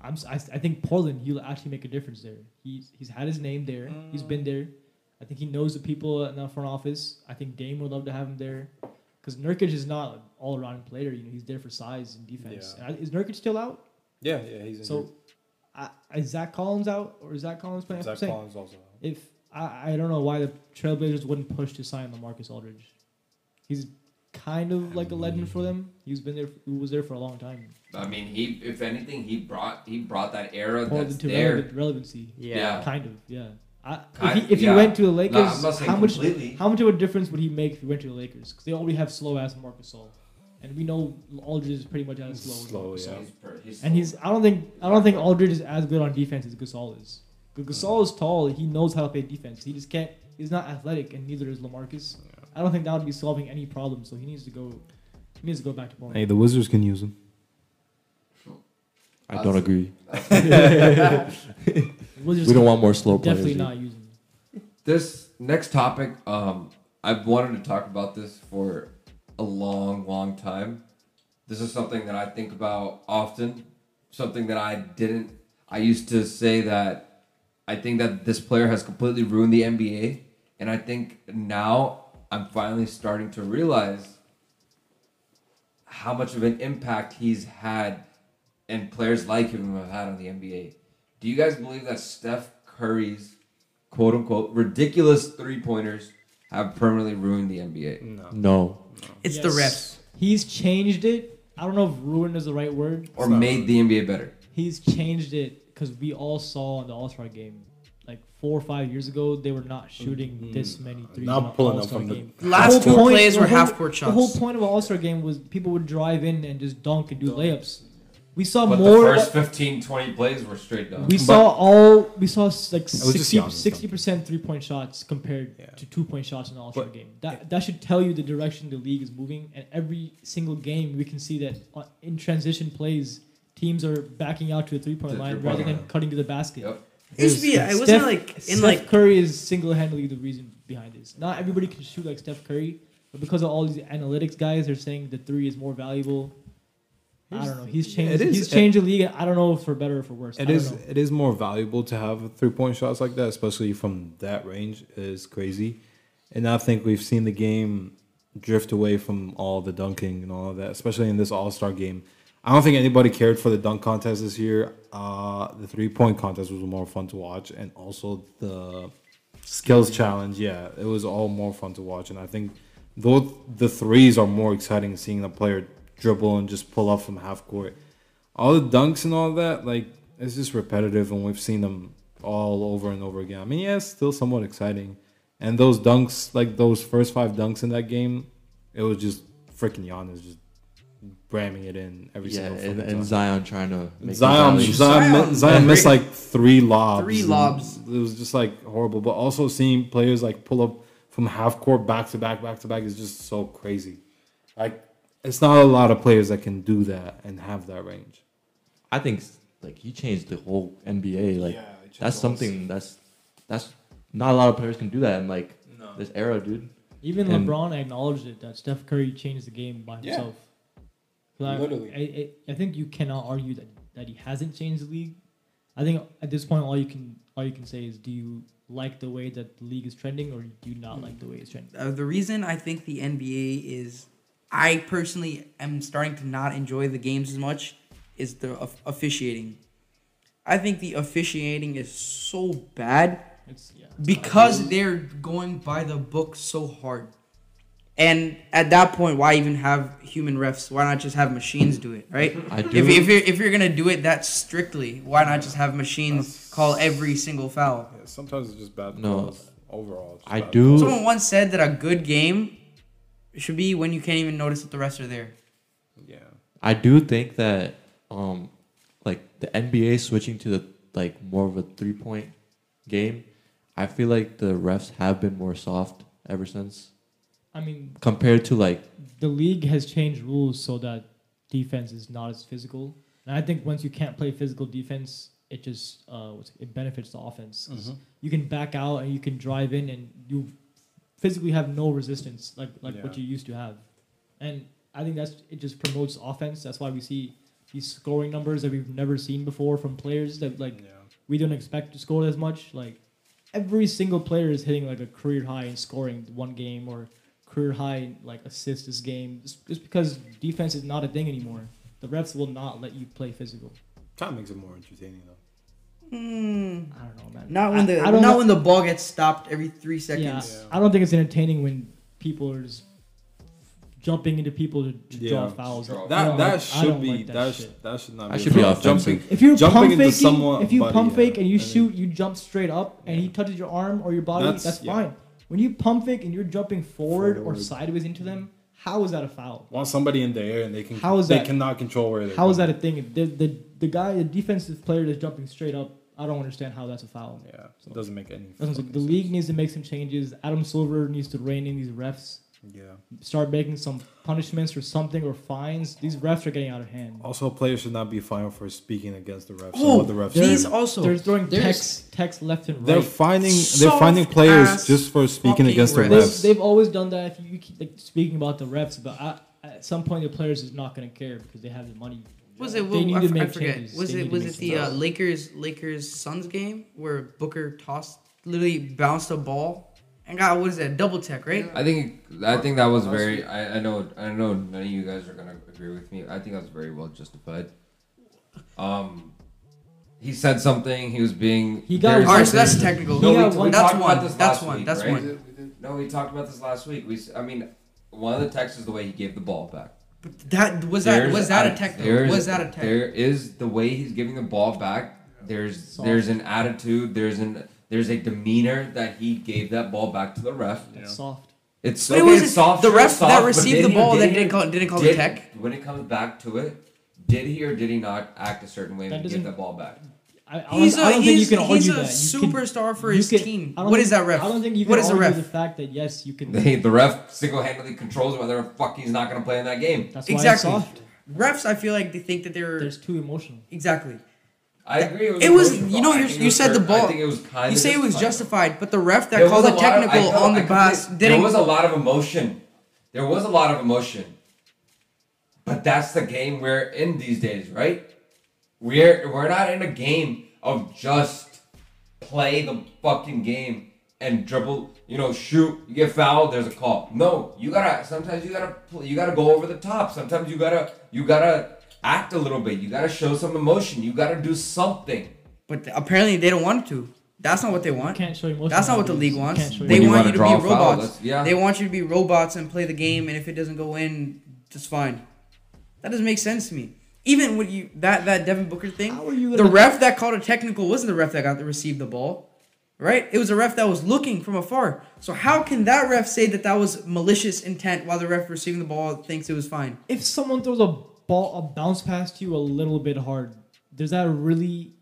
[SPEAKER 5] I'm, si think Portland, he'll actually make a difference there. He's, he's had his name there. He's been there. I think he knows the people in the front office. I think Dame would love to have him there. Because Nurkic is not an all-around player. You know, he's there for size and defense.
[SPEAKER 1] Yeah.
[SPEAKER 5] And I- Is Nurkic still out?
[SPEAKER 1] Yeah, yeah, he's in
[SPEAKER 5] So, I, is Zach Collins out or is Zach Collins playing?
[SPEAKER 1] here.
[SPEAKER 5] That's
[SPEAKER 1] Zach
[SPEAKER 5] what I'm saying.
[SPEAKER 1] Collins also.
[SPEAKER 5] If I, I don't know why the Trailblazers wouldn't push to sign Lamarcus Aldridge. He's kind of like a legend for them. He's been there. He was there for a long time.
[SPEAKER 3] I mean, he if anything, he brought he brought that era that's
[SPEAKER 5] Portland to
[SPEAKER 3] there.
[SPEAKER 5] relevant, relevancy.
[SPEAKER 3] Yeah.
[SPEAKER 5] Kind of, yeah. I,
[SPEAKER 3] Kind-
[SPEAKER 5] if he, if
[SPEAKER 3] yeah.
[SPEAKER 5] he went to the
[SPEAKER 3] Nah,
[SPEAKER 5] Lakers,
[SPEAKER 3] I'm not saying
[SPEAKER 5] how much
[SPEAKER 3] completely.
[SPEAKER 5] how much of a difference would he make if he went to the Lakers? Because they already have slow ass Marcus All, and we know Aldridge is pretty much as slow. as
[SPEAKER 1] Slow,
[SPEAKER 5] Marc Gasol.
[SPEAKER 1] yeah.
[SPEAKER 3] He's per-
[SPEAKER 5] And he's I don't think I don't think Aldridge is as good on defense as Gasol is. Because Gasol is tall, he knows how to play defense. He just can't. He's not athletic, and neither is Lamarcus. I don't think that would be solving any problem. So he needs to go. He needs to go back to Portland.
[SPEAKER 2] Hey, the Wizards can use him.
[SPEAKER 4] I don't agree.
[SPEAKER 5] We'll just
[SPEAKER 4] We don't want more slow players.
[SPEAKER 5] definitely
[SPEAKER 4] dude.
[SPEAKER 5] not using. him.
[SPEAKER 3] this next topic. Um, I've wanted to talk about this for a long, long time. This is something that I think about often. Something that I didn't. I used to say that I think that this player has completely ruined the NBA, and I think now I'm finally starting to realize how much of an impact he's had and players like him have had on the NBA. Do you guys believe that Steph Curry's quote unquote ridiculous three pointers have permanently ruined the NBA?
[SPEAKER 1] No.
[SPEAKER 4] No.
[SPEAKER 6] It's the refs.
[SPEAKER 5] Yes. He's changed it. I don't know if ruined is the right word.
[SPEAKER 3] Or made the NBA better?
[SPEAKER 5] He's changed it because we all saw in the All Star game, like four or five years ago, they were not shooting
[SPEAKER 6] Mm-hmm.
[SPEAKER 5] this many threes.
[SPEAKER 1] Not
[SPEAKER 5] in an
[SPEAKER 1] pulling up
[SPEAKER 5] All-Star
[SPEAKER 1] from the-
[SPEAKER 5] game.
[SPEAKER 6] Last
[SPEAKER 5] whole
[SPEAKER 6] two
[SPEAKER 5] point-
[SPEAKER 6] plays
[SPEAKER 5] the
[SPEAKER 6] were
[SPEAKER 5] whole-
[SPEAKER 6] half court shots.
[SPEAKER 5] The whole point of All Star game was people would drive in and just dunk and do layups. We saw
[SPEAKER 3] But
[SPEAKER 5] more.
[SPEAKER 3] the first 15, 20 plays were straight down.
[SPEAKER 5] we saw all. We saw s- like
[SPEAKER 2] was just Giannis dunking.
[SPEAKER 5] 60 percent three point shots compared
[SPEAKER 1] Yeah.
[SPEAKER 5] to two point shots in the All Star
[SPEAKER 1] But-
[SPEAKER 5] game. That that should tell you the direction the league is moving. And every single game, we can see that on- in transition plays, teams are backing out to a three point
[SPEAKER 3] The
[SPEAKER 5] line
[SPEAKER 3] three-point
[SPEAKER 5] rather than
[SPEAKER 3] line.
[SPEAKER 5] cutting to the basket.
[SPEAKER 3] Yep.
[SPEAKER 6] It used to be- it wasn't like- in
[SPEAKER 5] Steph
[SPEAKER 6] like-
[SPEAKER 5] Curry is single handedly the reason behind this. Not everybody can shoot like Steph Curry, but because of all these analytics guys, they're saying the three is more valuable. I don't know. He's changed.
[SPEAKER 2] It is-
[SPEAKER 5] he's changed the league. and I don't know for better or for worse. I
[SPEAKER 2] It
[SPEAKER 5] don't
[SPEAKER 2] is
[SPEAKER 5] know.
[SPEAKER 2] it is more valuable to have three point shots like that, especially from that range. is crazy, and I think we've seen the game drift away from all the dunking and all of that, especially in this All Star game. I don't think anybody cared for the dunk contest this year. Uh, the three point contest was more fun to watch, and also the skills challenge. Yeah, it was all more fun to watch, and I think though the threes are more exciting, seeing the player dribble and just pull up from half court all the dunks and all that, like it's just repetitive, and we've seen them all over and over again. I mean, yeah, it's still somewhat exciting, and those dunks, like those first five dunks in that game, it was just freaking Giannis just ramming it in every
[SPEAKER 4] yeah,
[SPEAKER 2] single
[SPEAKER 4] and,
[SPEAKER 2] fucking
[SPEAKER 4] and
[SPEAKER 2] time.
[SPEAKER 4] Zion trying to make
[SPEAKER 2] Zion,
[SPEAKER 4] the
[SPEAKER 2] Zion, Zion,
[SPEAKER 4] rallies.
[SPEAKER 6] Zion
[SPEAKER 2] missed
[SPEAKER 6] three-
[SPEAKER 2] like three lobs.
[SPEAKER 6] three
[SPEAKER 2] and
[SPEAKER 6] lobs.
[SPEAKER 2] It was just like horrible. But also seeing players like pull up from half court back to back, back to back is just so crazy. Like, it's not a lot of players that can do that and have that range.
[SPEAKER 4] I think like he changed the whole NBA. Like
[SPEAKER 2] Yeah, it changed the whole
[SPEAKER 4] that's something that's that's not a lot of players can do that in like
[SPEAKER 2] No.
[SPEAKER 4] this era, dude.
[SPEAKER 5] Even
[SPEAKER 4] And-
[SPEAKER 5] LeBron acknowledged it that Steph Curry changed the game by
[SPEAKER 2] Yeah.
[SPEAKER 5] himself. Like,
[SPEAKER 2] Literally.
[SPEAKER 5] I, I, I think you cannot argue that, that he hasn't changed the league. I think at this point, all you can all you can say is, do you like the way that the league is trending, or do you
[SPEAKER 2] Hmm.
[SPEAKER 5] not like the way it's trending?
[SPEAKER 6] Uh, the reason I think the NBA is, I personally am starting to not enjoy the games as much, is the of- officiating. I think the officiating is so bad
[SPEAKER 5] It's yeah. it's not
[SPEAKER 6] because
[SPEAKER 5] really-
[SPEAKER 6] they're going by the book so hard. And at that point, why even have human refs? Why not just have machines do it, right?
[SPEAKER 4] I do.
[SPEAKER 6] If, if, you're, if you're gonna do it that strictly, why not just have machines call every single foul?
[SPEAKER 2] Yeah, sometimes it's just bad
[SPEAKER 4] No.
[SPEAKER 2] calls overall. it's just
[SPEAKER 4] I
[SPEAKER 2] bad
[SPEAKER 4] do-
[SPEAKER 2] calls.
[SPEAKER 6] Someone once said that a good game should be when you can't even notice that the refs are there.
[SPEAKER 2] Yeah.
[SPEAKER 4] I do think that um like the NBA switching to the like more of a three point game, I feel like the refs have been more soft ever since
[SPEAKER 5] I mean,
[SPEAKER 4] compared to like
[SPEAKER 5] the league has changed rules so that defense is not as physical. And I think once you can't play physical defense, it just uh, what's- it benefits the offense. 'Cause You can back out and you can drive in, and you physically have no resistance like like what
[SPEAKER 2] Yeah.
[SPEAKER 5] you used to have. And I think that's it. Just promotes offense. That's why we see these scoring numbers that we've never seen before from players that like
[SPEAKER 2] yeah.
[SPEAKER 5] we don't expect to score as much. Like every single player is hitting like a career high in scoring one game or career high in, like assists this game. Just, just because defense is not a thing anymore. The refs will not let you play physical.
[SPEAKER 2] Kind of makes it more entertaining though.
[SPEAKER 5] I don't know, man.
[SPEAKER 6] Hmm. Not when
[SPEAKER 5] I-
[SPEAKER 6] the
[SPEAKER 5] I
[SPEAKER 6] not
[SPEAKER 5] don't know-
[SPEAKER 6] when the ball gets stopped every three
[SPEAKER 5] yeah,
[SPEAKER 6] seconds.
[SPEAKER 2] Yeah.
[SPEAKER 5] I don't think it's entertaining when people are just jumping into people to, to draw
[SPEAKER 2] Yeah.
[SPEAKER 5] fouls.
[SPEAKER 3] Draw.
[SPEAKER 5] I
[SPEAKER 2] That
[SPEAKER 5] don't
[SPEAKER 2] that
[SPEAKER 5] like- I
[SPEAKER 2] should
[SPEAKER 5] don't
[SPEAKER 2] be
[SPEAKER 5] like
[SPEAKER 2] that
[SPEAKER 5] that
[SPEAKER 2] sh-
[SPEAKER 5] shit.
[SPEAKER 2] that should not
[SPEAKER 4] That
[SPEAKER 2] be
[SPEAKER 4] should be
[SPEAKER 2] allowed.
[SPEAKER 4] offensive.
[SPEAKER 2] Jumping,
[SPEAKER 5] If you
[SPEAKER 2] jumping
[SPEAKER 5] pump
[SPEAKER 2] into
[SPEAKER 5] faking,
[SPEAKER 2] someone-
[SPEAKER 5] if you
[SPEAKER 2] but
[SPEAKER 5] pump
[SPEAKER 2] yeah,
[SPEAKER 5] fake and you
[SPEAKER 2] I mean-
[SPEAKER 5] shoot, you jump straight up, and he touches your arm or your body,
[SPEAKER 2] That's-
[SPEAKER 5] that's,
[SPEAKER 2] yeah.
[SPEAKER 5] fine. When you pump fake and you're jumping forward, or
[SPEAKER 2] Forward.
[SPEAKER 5] sideways into them, how is that a foul?
[SPEAKER 2] want somebody in the air and they can
[SPEAKER 5] How is
[SPEAKER 2] they
[SPEAKER 5] that-
[SPEAKER 2] cannot control where they're
[SPEAKER 5] How is that
[SPEAKER 2] going.
[SPEAKER 5] a thing? The, the the guy, the defensive player that's jumping straight up, I don't understand how that's a foul.
[SPEAKER 2] Yeah, it doesn't make any.
[SPEAKER 5] That's what I'm saying.
[SPEAKER 2] fucking
[SPEAKER 5] the league needs to make some changes. Adam Silver needs to rein in these refs.
[SPEAKER 2] sense. Yeah.
[SPEAKER 5] Start making some punishments or something or fines. These refs are getting out of hand.
[SPEAKER 2] Also, players should not be fined for speaking against the refs.
[SPEAKER 6] Oh,
[SPEAKER 2] or what the refs
[SPEAKER 6] these
[SPEAKER 2] do.
[SPEAKER 6] also
[SPEAKER 5] They're throwing
[SPEAKER 6] there's-
[SPEAKER 5] text, text left and right.
[SPEAKER 2] they're finding they're
[SPEAKER 6] Soft
[SPEAKER 2] finding players
[SPEAKER 6] ass
[SPEAKER 2] just for speaking
[SPEAKER 6] fucking
[SPEAKER 2] against the
[SPEAKER 6] refs.
[SPEAKER 2] refs.
[SPEAKER 5] They've, they've always done that. If you keep like, speaking about the refs, but I, at some point the players is not going to care because they have the money.
[SPEAKER 6] Was it?
[SPEAKER 5] They
[SPEAKER 6] Well,
[SPEAKER 5] need
[SPEAKER 6] I,
[SPEAKER 5] to
[SPEAKER 6] f- I
[SPEAKER 5] make
[SPEAKER 6] forget.
[SPEAKER 5] changes.
[SPEAKER 6] Was
[SPEAKER 5] They need
[SPEAKER 6] it?
[SPEAKER 5] to
[SPEAKER 6] Was
[SPEAKER 5] make
[SPEAKER 6] it the uh,
[SPEAKER 5] changes.
[SPEAKER 6] Lakers Lakers Suns game where Booker tossed literally bounced a ball and got what is that double tech right?
[SPEAKER 3] I think I think that was very. I, I know I know none of you guys are gonna agree with me. I think that was very well justified. Um, he said something. He was being.
[SPEAKER 5] He got
[SPEAKER 3] very
[SPEAKER 5] Yeah.
[SPEAKER 6] All right, so that's
[SPEAKER 3] sensitive.
[SPEAKER 6] technical.
[SPEAKER 5] No, Yeah,
[SPEAKER 3] we-
[SPEAKER 5] one-
[SPEAKER 3] we
[SPEAKER 6] that's
[SPEAKER 3] talked about
[SPEAKER 6] one.
[SPEAKER 3] this
[SPEAKER 6] That's
[SPEAKER 3] last
[SPEAKER 6] one.
[SPEAKER 3] week,
[SPEAKER 6] that's
[SPEAKER 3] right?
[SPEAKER 6] one.
[SPEAKER 3] No, we talked about this last week. We, s- I mean, one of the texts is the way he gave the ball back.
[SPEAKER 6] But that was that.
[SPEAKER 3] There's
[SPEAKER 6] Was that
[SPEAKER 3] a-
[SPEAKER 6] a technical?
[SPEAKER 3] there's-
[SPEAKER 6] Was that a technical?
[SPEAKER 3] There is the way he's giving the ball back. There's
[SPEAKER 5] Soft.
[SPEAKER 3] there's an attitude. There's an there's a demeanor that he gave that ball back to the ref.
[SPEAKER 5] That's soft.
[SPEAKER 3] It's
[SPEAKER 6] But it
[SPEAKER 3] okay,
[SPEAKER 6] wasn't-
[SPEAKER 3] it's soft.
[SPEAKER 6] the
[SPEAKER 3] sure,
[SPEAKER 6] ref
[SPEAKER 3] it's soft,
[SPEAKER 6] that
[SPEAKER 3] but
[SPEAKER 6] received
[SPEAKER 3] did
[SPEAKER 6] the
[SPEAKER 3] he-
[SPEAKER 6] ball that
[SPEAKER 3] he-
[SPEAKER 6] didn't call- didn't call the
[SPEAKER 3] did-
[SPEAKER 6] tech?
[SPEAKER 3] When it comes back to it, did he or did he not act a certain way
[SPEAKER 5] That
[SPEAKER 3] when he gave
[SPEAKER 5] doesn't-
[SPEAKER 3] that ball back?
[SPEAKER 5] I, I
[SPEAKER 6] He's
[SPEAKER 5] don't,
[SPEAKER 6] a,
[SPEAKER 5] I don't think you
[SPEAKER 6] he's,
[SPEAKER 5] can argue
[SPEAKER 6] he's a
[SPEAKER 5] that. You can-
[SPEAKER 6] superstar for
[SPEAKER 5] you
[SPEAKER 6] his
[SPEAKER 5] can-
[SPEAKER 6] team.
[SPEAKER 5] I don't
[SPEAKER 6] What
[SPEAKER 5] think-
[SPEAKER 6] is that ref?
[SPEAKER 5] I don't think you can
[SPEAKER 6] What is a
[SPEAKER 5] argue
[SPEAKER 6] ref?
[SPEAKER 5] the fact that yes, you can.
[SPEAKER 3] They, the ref single-handedly controls whether a fuck he's not going to play in that game.
[SPEAKER 5] That's why
[SPEAKER 6] Exactly.
[SPEAKER 5] it's soft.
[SPEAKER 6] Refs, I feel like they think that they're
[SPEAKER 5] There's too emotional.
[SPEAKER 6] exactly.
[SPEAKER 3] I agree.
[SPEAKER 6] It was-
[SPEAKER 3] emotional,
[SPEAKER 6] you know,
[SPEAKER 3] but I
[SPEAKER 6] you-
[SPEAKER 3] think it
[SPEAKER 6] you
[SPEAKER 3] was
[SPEAKER 6] said the
[SPEAKER 3] fair. I
[SPEAKER 6] ball-
[SPEAKER 3] think it was kind
[SPEAKER 6] You
[SPEAKER 3] of
[SPEAKER 6] say it was justified, but the ref that
[SPEAKER 3] There
[SPEAKER 6] called
[SPEAKER 3] was
[SPEAKER 6] the
[SPEAKER 3] a lot of- I
[SPEAKER 6] technical on
[SPEAKER 3] felt- I
[SPEAKER 6] the
[SPEAKER 3] completely-
[SPEAKER 6] pass didn't.
[SPEAKER 3] There was a lot of emotion. There was a lot of emotion. But that's the game we're in these days, right? We're we're not in a game of just play the fucking game and dribble. You know, shoot. You get fouled. There's a call. No, you gotta. Sometimes you gotta. pl- You gotta go over the top. Sometimes you gotta. You gotta act a little bit. You gotta show some emotion. You gotta do something.
[SPEAKER 6] But apparently they don't want to. That's not what they
[SPEAKER 5] You
[SPEAKER 6] want.
[SPEAKER 5] can't show emotion.
[SPEAKER 6] That's not what the
[SPEAKER 5] nowadays.
[SPEAKER 6] league
[SPEAKER 5] You
[SPEAKER 6] wants.
[SPEAKER 5] can't show
[SPEAKER 6] They
[SPEAKER 3] When you
[SPEAKER 5] emotion.
[SPEAKER 6] want
[SPEAKER 3] wanna
[SPEAKER 6] you to be
[SPEAKER 3] draw a foul,
[SPEAKER 6] robots.
[SPEAKER 3] that's- yeah.
[SPEAKER 6] They want you to be robots and play the game, and if it doesn't go in, just fine. That doesn't make sense to me. Even when you that that Devin Booker thing,
[SPEAKER 5] How are you
[SPEAKER 6] the
[SPEAKER 5] gonna-
[SPEAKER 6] ref that called a technical wasn't the ref that got to receive the ball, right? It was a ref that was looking from afar. So how can that ref say that that was malicious intent while the ref receiving the ball thinks it was fine?
[SPEAKER 5] if someone throws a ball, a bounce pass to you a little bit hard, does that really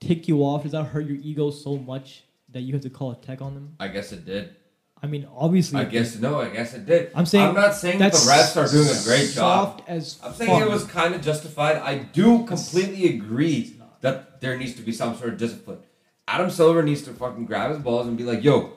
[SPEAKER 5] tick you off? Does that hurt your ego so much that you have to call a tech on them?
[SPEAKER 3] I guess it did.
[SPEAKER 5] I mean, obviously.
[SPEAKER 3] I guess no. I guess it did.
[SPEAKER 5] I'm saying
[SPEAKER 3] I'm not saying that the refs
[SPEAKER 5] that's
[SPEAKER 3] are doing a great job.
[SPEAKER 5] Soft as
[SPEAKER 3] I'm saying
[SPEAKER 5] fuck.
[SPEAKER 3] it was kind of justified. I do completely agree that there needs to be some sort of discipline. Adam Silver needs to fucking grab his balls and be like, "Yo,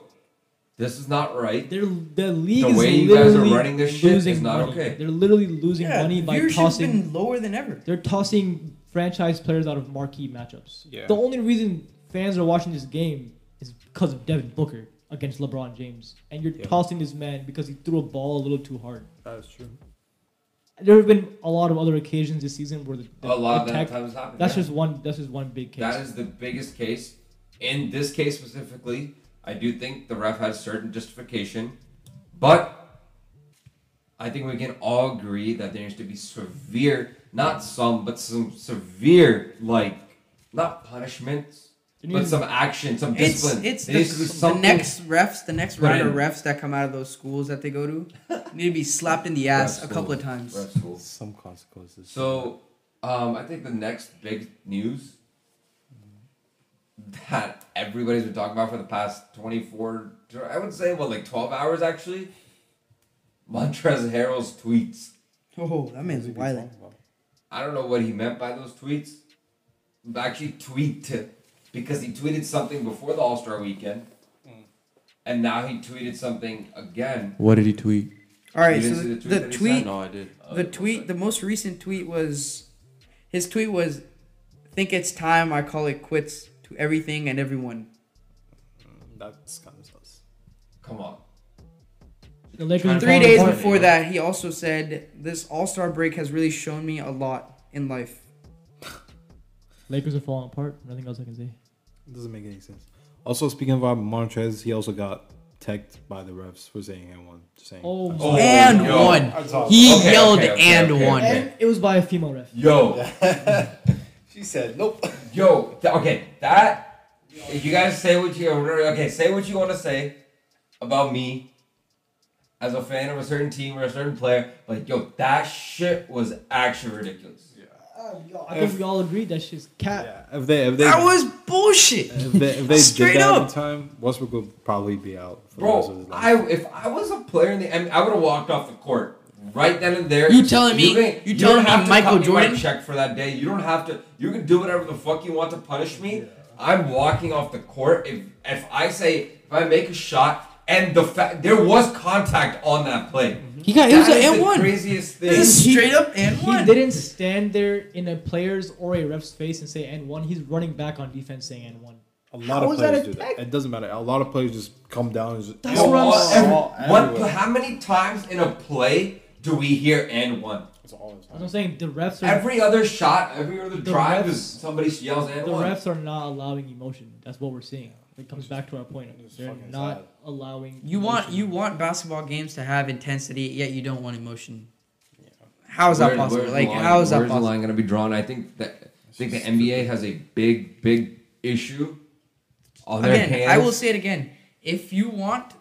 [SPEAKER 3] this is not right."
[SPEAKER 5] They're, the league
[SPEAKER 3] The
[SPEAKER 5] is
[SPEAKER 3] way you guys are
[SPEAKER 5] literally
[SPEAKER 3] running this shit is
[SPEAKER 5] losing
[SPEAKER 3] not
[SPEAKER 5] money.
[SPEAKER 3] okay.
[SPEAKER 5] They're literally losing money by
[SPEAKER 6] viewership's
[SPEAKER 5] tossing.
[SPEAKER 6] been lower than ever.
[SPEAKER 5] They're tossing franchise players out of marquee matchups.
[SPEAKER 1] Yeah.
[SPEAKER 5] The only reason fans are watching this game is because of Devin Booker against LeBron James, and you're
[SPEAKER 1] Yeah.
[SPEAKER 5] tossing this man because he threw a ball a little too hard.
[SPEAKER 1] That's true.
[SPEAKER 5] There have been a lot of other occasions this season where the, the
[SPEAKER 3] a lot
[SPEAKER 5] attack-
[SPEAKER 3] of that times happened.
[SPEAKER 5] that's
[SPEAKER 3] yeah.
[SPEAKER 5] just one. That's just one big case.
[SPEAKER 3] That is the biggest case. In this case specifically, I do think the ref has certain justification, but I think we can all agree that there needs to be severe, not some, but some severe, like, not punishments,
[SPEAKER 5] There
[SPEAKER 3] but
[SPEAKER 5] needs-
[SPEAKER 3] some action, some
[SPEAKER 6] It's
[SPEAKER 3] discipline.
[SPEAKER 6] it's
[SPEAKER 3] There needs to be
[SPEAKER 6] the, the
[SPEAKER 3] something-
[SPEAKER 6] next refs, the next
[SPEAKER 3] Put
[SPEAKER 6] round of
[SPEAKER 3] in.
[SPEAKER 6] refs that come out of those schools that they go to need to be slapped in the ass
[SPEAKER 3] Ref
[SPEAKER 6] a couple
[SPEAKER 3] school.
[SPEAKER 6] of times.
[SPEAKER 3] Ref school.
[SPEAKER 1] Some consequences.
[SPEAKER 3] So, um, I think the next big news that everybody's been talking about for the past 24, I would say, well, like 12 hours actually, Montrez Harrell's tweets.
[SPEAKER 6] Oh, that man's wild.
[SPEAKER 3] I don't know what he meant by those tweets. but Actually, tweet because he tweeted something before the All Star weekend, and now he tweeted something again.
[SPEAKER 4] What did he tweet?
[SPEAKER 6] All right,
[SPEAKER 3] You
[SPEAKER 6] so
[SPEAKER 3] didn't see
[SPEAKER 6] the, the
[SPEAKER 3] the tweet that he
[SPEAKER 6] tweet,
[SPEAKER 4] No, I did.
[SPEAKER 3] Oh,
[SPEAKER 6] the tweet, the most recent tweet was, his tweet was, "Think it's time I call it quits to everything and everyone."
[SPEAKER 1] That's kind of sus.
[SPEAKER 3] Come on.
[SPEAKER 5] The Lakers are
[SPEAKER 6] Three
[SPEAKER 5] falling
[SPEAKER 6] days
[SPEAKER 5] apart.
[SPEAKER 6] before that, he also said, "This All Star break has really shown me a lot in life."
[SPEAKER 5] Lakers are falling apart. Nothing else I can say.
[SPEAKER 1] Doesn't make any sense. Also, speaking about Montrez, he also got teched by the refs for saying and one saying.
[SPEAKER 5] Oh my!
[SPEAKER 3] Oh,
[SPEAKER 6] and
[SPEAKER 3] yo.
[SPEAKER 6] one,
[SPEAKER 1] Oh.
[SPEAKER 6] he
[SPEAKER 3] Okay,
[SPEAKER 6] yelled
[SPEAKER 3] okay, okay,
[SPEAKER 6] and
[SPEAKER 3] okay,
[SPEAKER 6] one.
[SPEAKER 3] okay.
[SPEAKER 5] And it was by a female ref.
[SPEAKER 3] Yo,
[SPEAKER 1] She said nope.
[SPEAKER 3] Yo, th- okay, that you guys say what you okay, say what you want to say about me as a fan of a certain team or a certain player. Like, yo, that shit was actually ridiculous.
[SPEAKER 5] I think we all agreed that shit's cat.
[SPEAKER 1] Yeah, if they if they
[SPEAKER 6] That was bullshit.
[SPEAKER 1] if they, if they
[SPEAKER 6] Straight
[SPEAKER 1] did that
[SPEAKER 6] up.
[SPEAKER 1] every time, Westbrook would probably be out for the rest of
[SPEAKER 3] Bro,
[SPEAKER 1] his life.
[SPEAKER 3] I if I was a player in the NBA, I would have walked off the court right then and there.
[SPEAKER 6] You telling me-
[SPEAKER 3] can-
[SPEAKER 6] you telling
[SPEAKER 3] don't
[SPEAKER 6] me
[SPEAKER 3] have to
[SPEAKER 6] Michael
[SPEAKER 3] cut me my
[SPEAKER 6] Jordan?
[SPEAKER 3] check for that day. You don't have to. You can do whatever the fuck you want to punish me. I'm walking off the court. If if I say if I make a shot. And the fact there was contact on that play.
[SPEAKER 6] He got. It
[SPEAKER 3] That
[SPEAKER 6] was an
[SPEAKER 3] is
[SPEAKER 6] and
[SPEAKER 3] the
[SPEAKER 6] one.
[SPEAKER 3] craziest thing.
[SPEAKER 6] This is
[SPEAKER 5] He-
[SPEAKER 6] straight up and
[SPEAKER 5] He
[SPEAKER 6] one.
[SPEAKER 5] didn't stand there in a player's or a ref's face and say and one. He's running back on defense saying and one.
[SPEAKER 1] A lot
[SPEAKER 5] How
[SPEAKER 1] of
[SPEAKER 5] is that
[SPEAKER 1] players
[SPEAKER 5] a
[SPEAKER 1] do that.
[SPEAKER 5] tech?
[SPEAKER 1] It doesn't matter. A lot of players just come down and just.
[SPEAKER 5] That's
[SPEAKER 3] How
[SPEAKER 5] what I'm
[SPEAKER 3] all-
[SPEAKER 5] saying.
[SPEAKER 3] every- what-
[SPEAKER 1] everywhere.
[SPEAKER 3] how many times in a play do we hear and one?
[SPEAKER 1] It's all the
[SPEAKER 5] That's what
[SPEAKER 1] time.
[SPEAKER 5] I'm saying. The refs are
[SPEAKER 3] Every other shot, every other
[SPEAKER 5] The
[SPEAKER 3] drive
[SPEAKER 5] refs-
[SPEAKER 3] is somebody yells and
[SPEAKER 5] the
[SPEAKER 3] one.
[SPEAKER 5] refs are not allowing emotion. That's what we're seeing. It comes back to our point.
[SPEAKER 1] It's
[SPEAKER 5] They're
[SPEAKER 1] fucking
[SPEAKER 5] not
[SPEAKER 1] sad.
[SPEAKER 5] allowing.
[SPEAKER 6] You want
[SPEAKER 5] emotion.
[SPEAKER 6] you want basketball games to have intensity, yet you don't want emotion. How is that
[SPEAKER 3] Where-
[SPEAKER 6] possible?
[SPEAKER 3] where's the
[SPEAKER 6] like,
[SPEAKER 3] line-
[SPEAKER 6] how is that
[SPEAKER 3] where's the
[SPEAKER 6] possible?
[SPEAKER 3] line going to be drawn? I think that I think the NBA has a big, big issue on their
[SPEAKER 6] Again,
[SPEAKER 3] hands.
[SPEAKER 6] I will say it again. If you want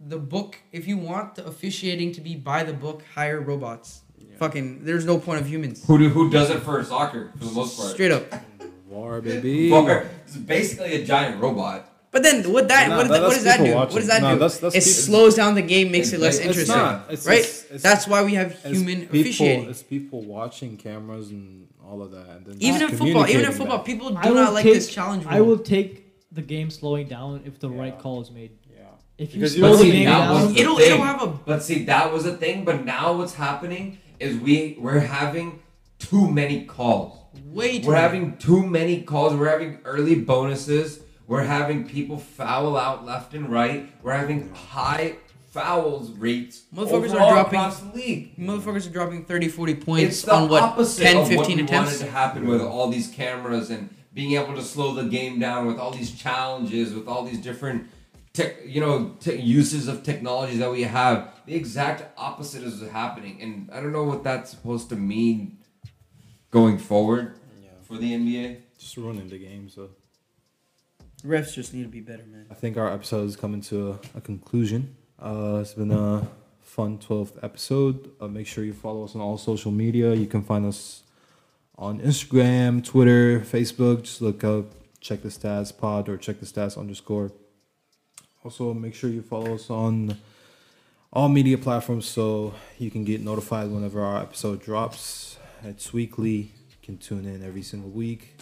[SPEAKER 6] the book, if you want the officiating to be by the book, hire robots. Fucking, there's no point of humans.
[SPEAKER 3] who do, who does it for soccer for the most part?
[SPEAKER 6] Straight up.
[SPEAKER 1] War baby.
[SPEAKER 3] Fucker, it's basically a giant robot.
[SPEAKER 6] But then, what that
[SPEAKER 1] Nah,
[SPEAKER 6] what,
[SPEAKER 1] that-
[SPEAKER 6] what
[SPEAKER 1] that's
[SPEAKER 6] does that
[SPEAKER 1] people
[SPEAKER 6] do? What
[SPEAKER 1] watching.
[SPEAKER 6] does that
[SPEAKER 1] Nah,
[SPEAKER 6] do?
[SPEAKER 1] that's- that's
[SPEAKER 6] it
[SPEAKER 1] people-
[SPEAKER 6] slows down the game, makes it less
[SPEAKER 3] It's
[SPEAKER 6] interesting,
[SPEAKER 1] not. It's-
[SPEAKER 6] right?
[SPEAKER 1] it's- it's-
[SPEAKER 6] that's why we have
[SPEAKER 1] It's
[SPEAKER 6] human
[SPEAKER 1] people,
[SPEAKER 6] officiating.
[SPEAKER 1] It's people watching cameras and all of that. And then
[SPEAKER 6] Even
[SPEAKER 1] just
[SPEAKER 6] in football, even in
[SPEAKER 1] communicating
[SPEAKER 6] football,
[SPEAKER 1] that.
[SPEAKER 6] people do
[SPEAKER 5] I will
[SPEAKER 6] not like
[SPEAKER 5] take-
[SPEAKER 6] this challenge. Rule.
[SPEAKER 5] I will take the game slowing down if the right
[SPEAKER 1] Yeah.
[SPEAKER 5] call is made.
[SPEAKER 1] Yeah.
[SPEAKER 5] If you
[SPEAKER 1] Because you
[SPEAKER 5] slow
[SPEAKER 1] don't
[SPEAKER 5] the
[SPEAKER 1] see
[SPEAKER 5] game
[SPEAKER 1] that
[SPEAKER 5] down,
[SPEAKER 3] was the
[SPEAKER 6] It'll-
[SPEAKER 3] thing.
[SPEAKER 6] it'll have a-
[SPEAKER 3] But see, that was a thing. But now what's happening is we we're having too many calls.
[SPEAKER 6] Way too
[SPEAKER 3] We're
[SPEAKER 6] many.
[SPEAKER 3] having too many calls. We're having early bonuses. We're having people foul out left and right. We're having high fouls rates.
[SPEAKER 6] Motherfuckers are
[SPEAKER 3] overall
[SPEAKER 6] dropping-
[SPEAKER 3] across the league.
[SPEAKER 6] Motherfuckers are dropping 30, 40
[SPEAKER 3] It's
[SPEAKER 6] points
[SPEAKER 3] the
[SPEAKER 6] on what
[SPEAKER 3] opposite
[SPEAKER 6] 10,
[SPEAKER 3] of
[SPEAKER 6] 15
[SPEAKER 3] what we
[SPEAKER 6] attempts.
[SPEAKER 3] wanted to happen with all these cameras and being able to slow the game down with all these challenges, with all these different, tech, you know, te- uses of technologies that we have. The exact opposite is happening, and I don't know what that's supposed to mean going forward
[SPEAKER 1] Yeah.
[SPEAKER 3] for the NBA.
[SPEAKER 1] Just ruining the game. So
[SPEAKER 6] Refs just need to be better, man.
[SPEAKER 2] I think our episode is coming to a conclusion. Uh, it's been a fun 12th episode. Uh, make sure you follow us on all social media. You can find us on Instagram, Twitter, Facebook. Just look up Check the Stats Pod or Check the Stats underscore. Also, make sure you follow us on all media platforms so you can get notified whenever our episode drops. It's weekly. You can tune in every single week.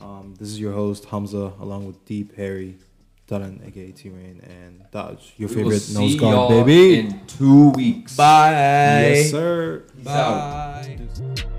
[SPEAKER 2] Um, this is your host, Hamza, along with Deep, Harry, Dutton, aka T Rain, and Dodge, your
[SPEAKER 3] We will
[SPEAKER 2] favorite nose
[SPEAKER 3] see
[SPEAKER 2] guard,
[SPEAKER 3] y'all
[SPEAKER 2] baby.
[SPEAKER 3] In two weeks.
[SPEAKER 2] Yes, sir.
[SPEAKER 3] Peace out.
[SPEAKER 6] Bye.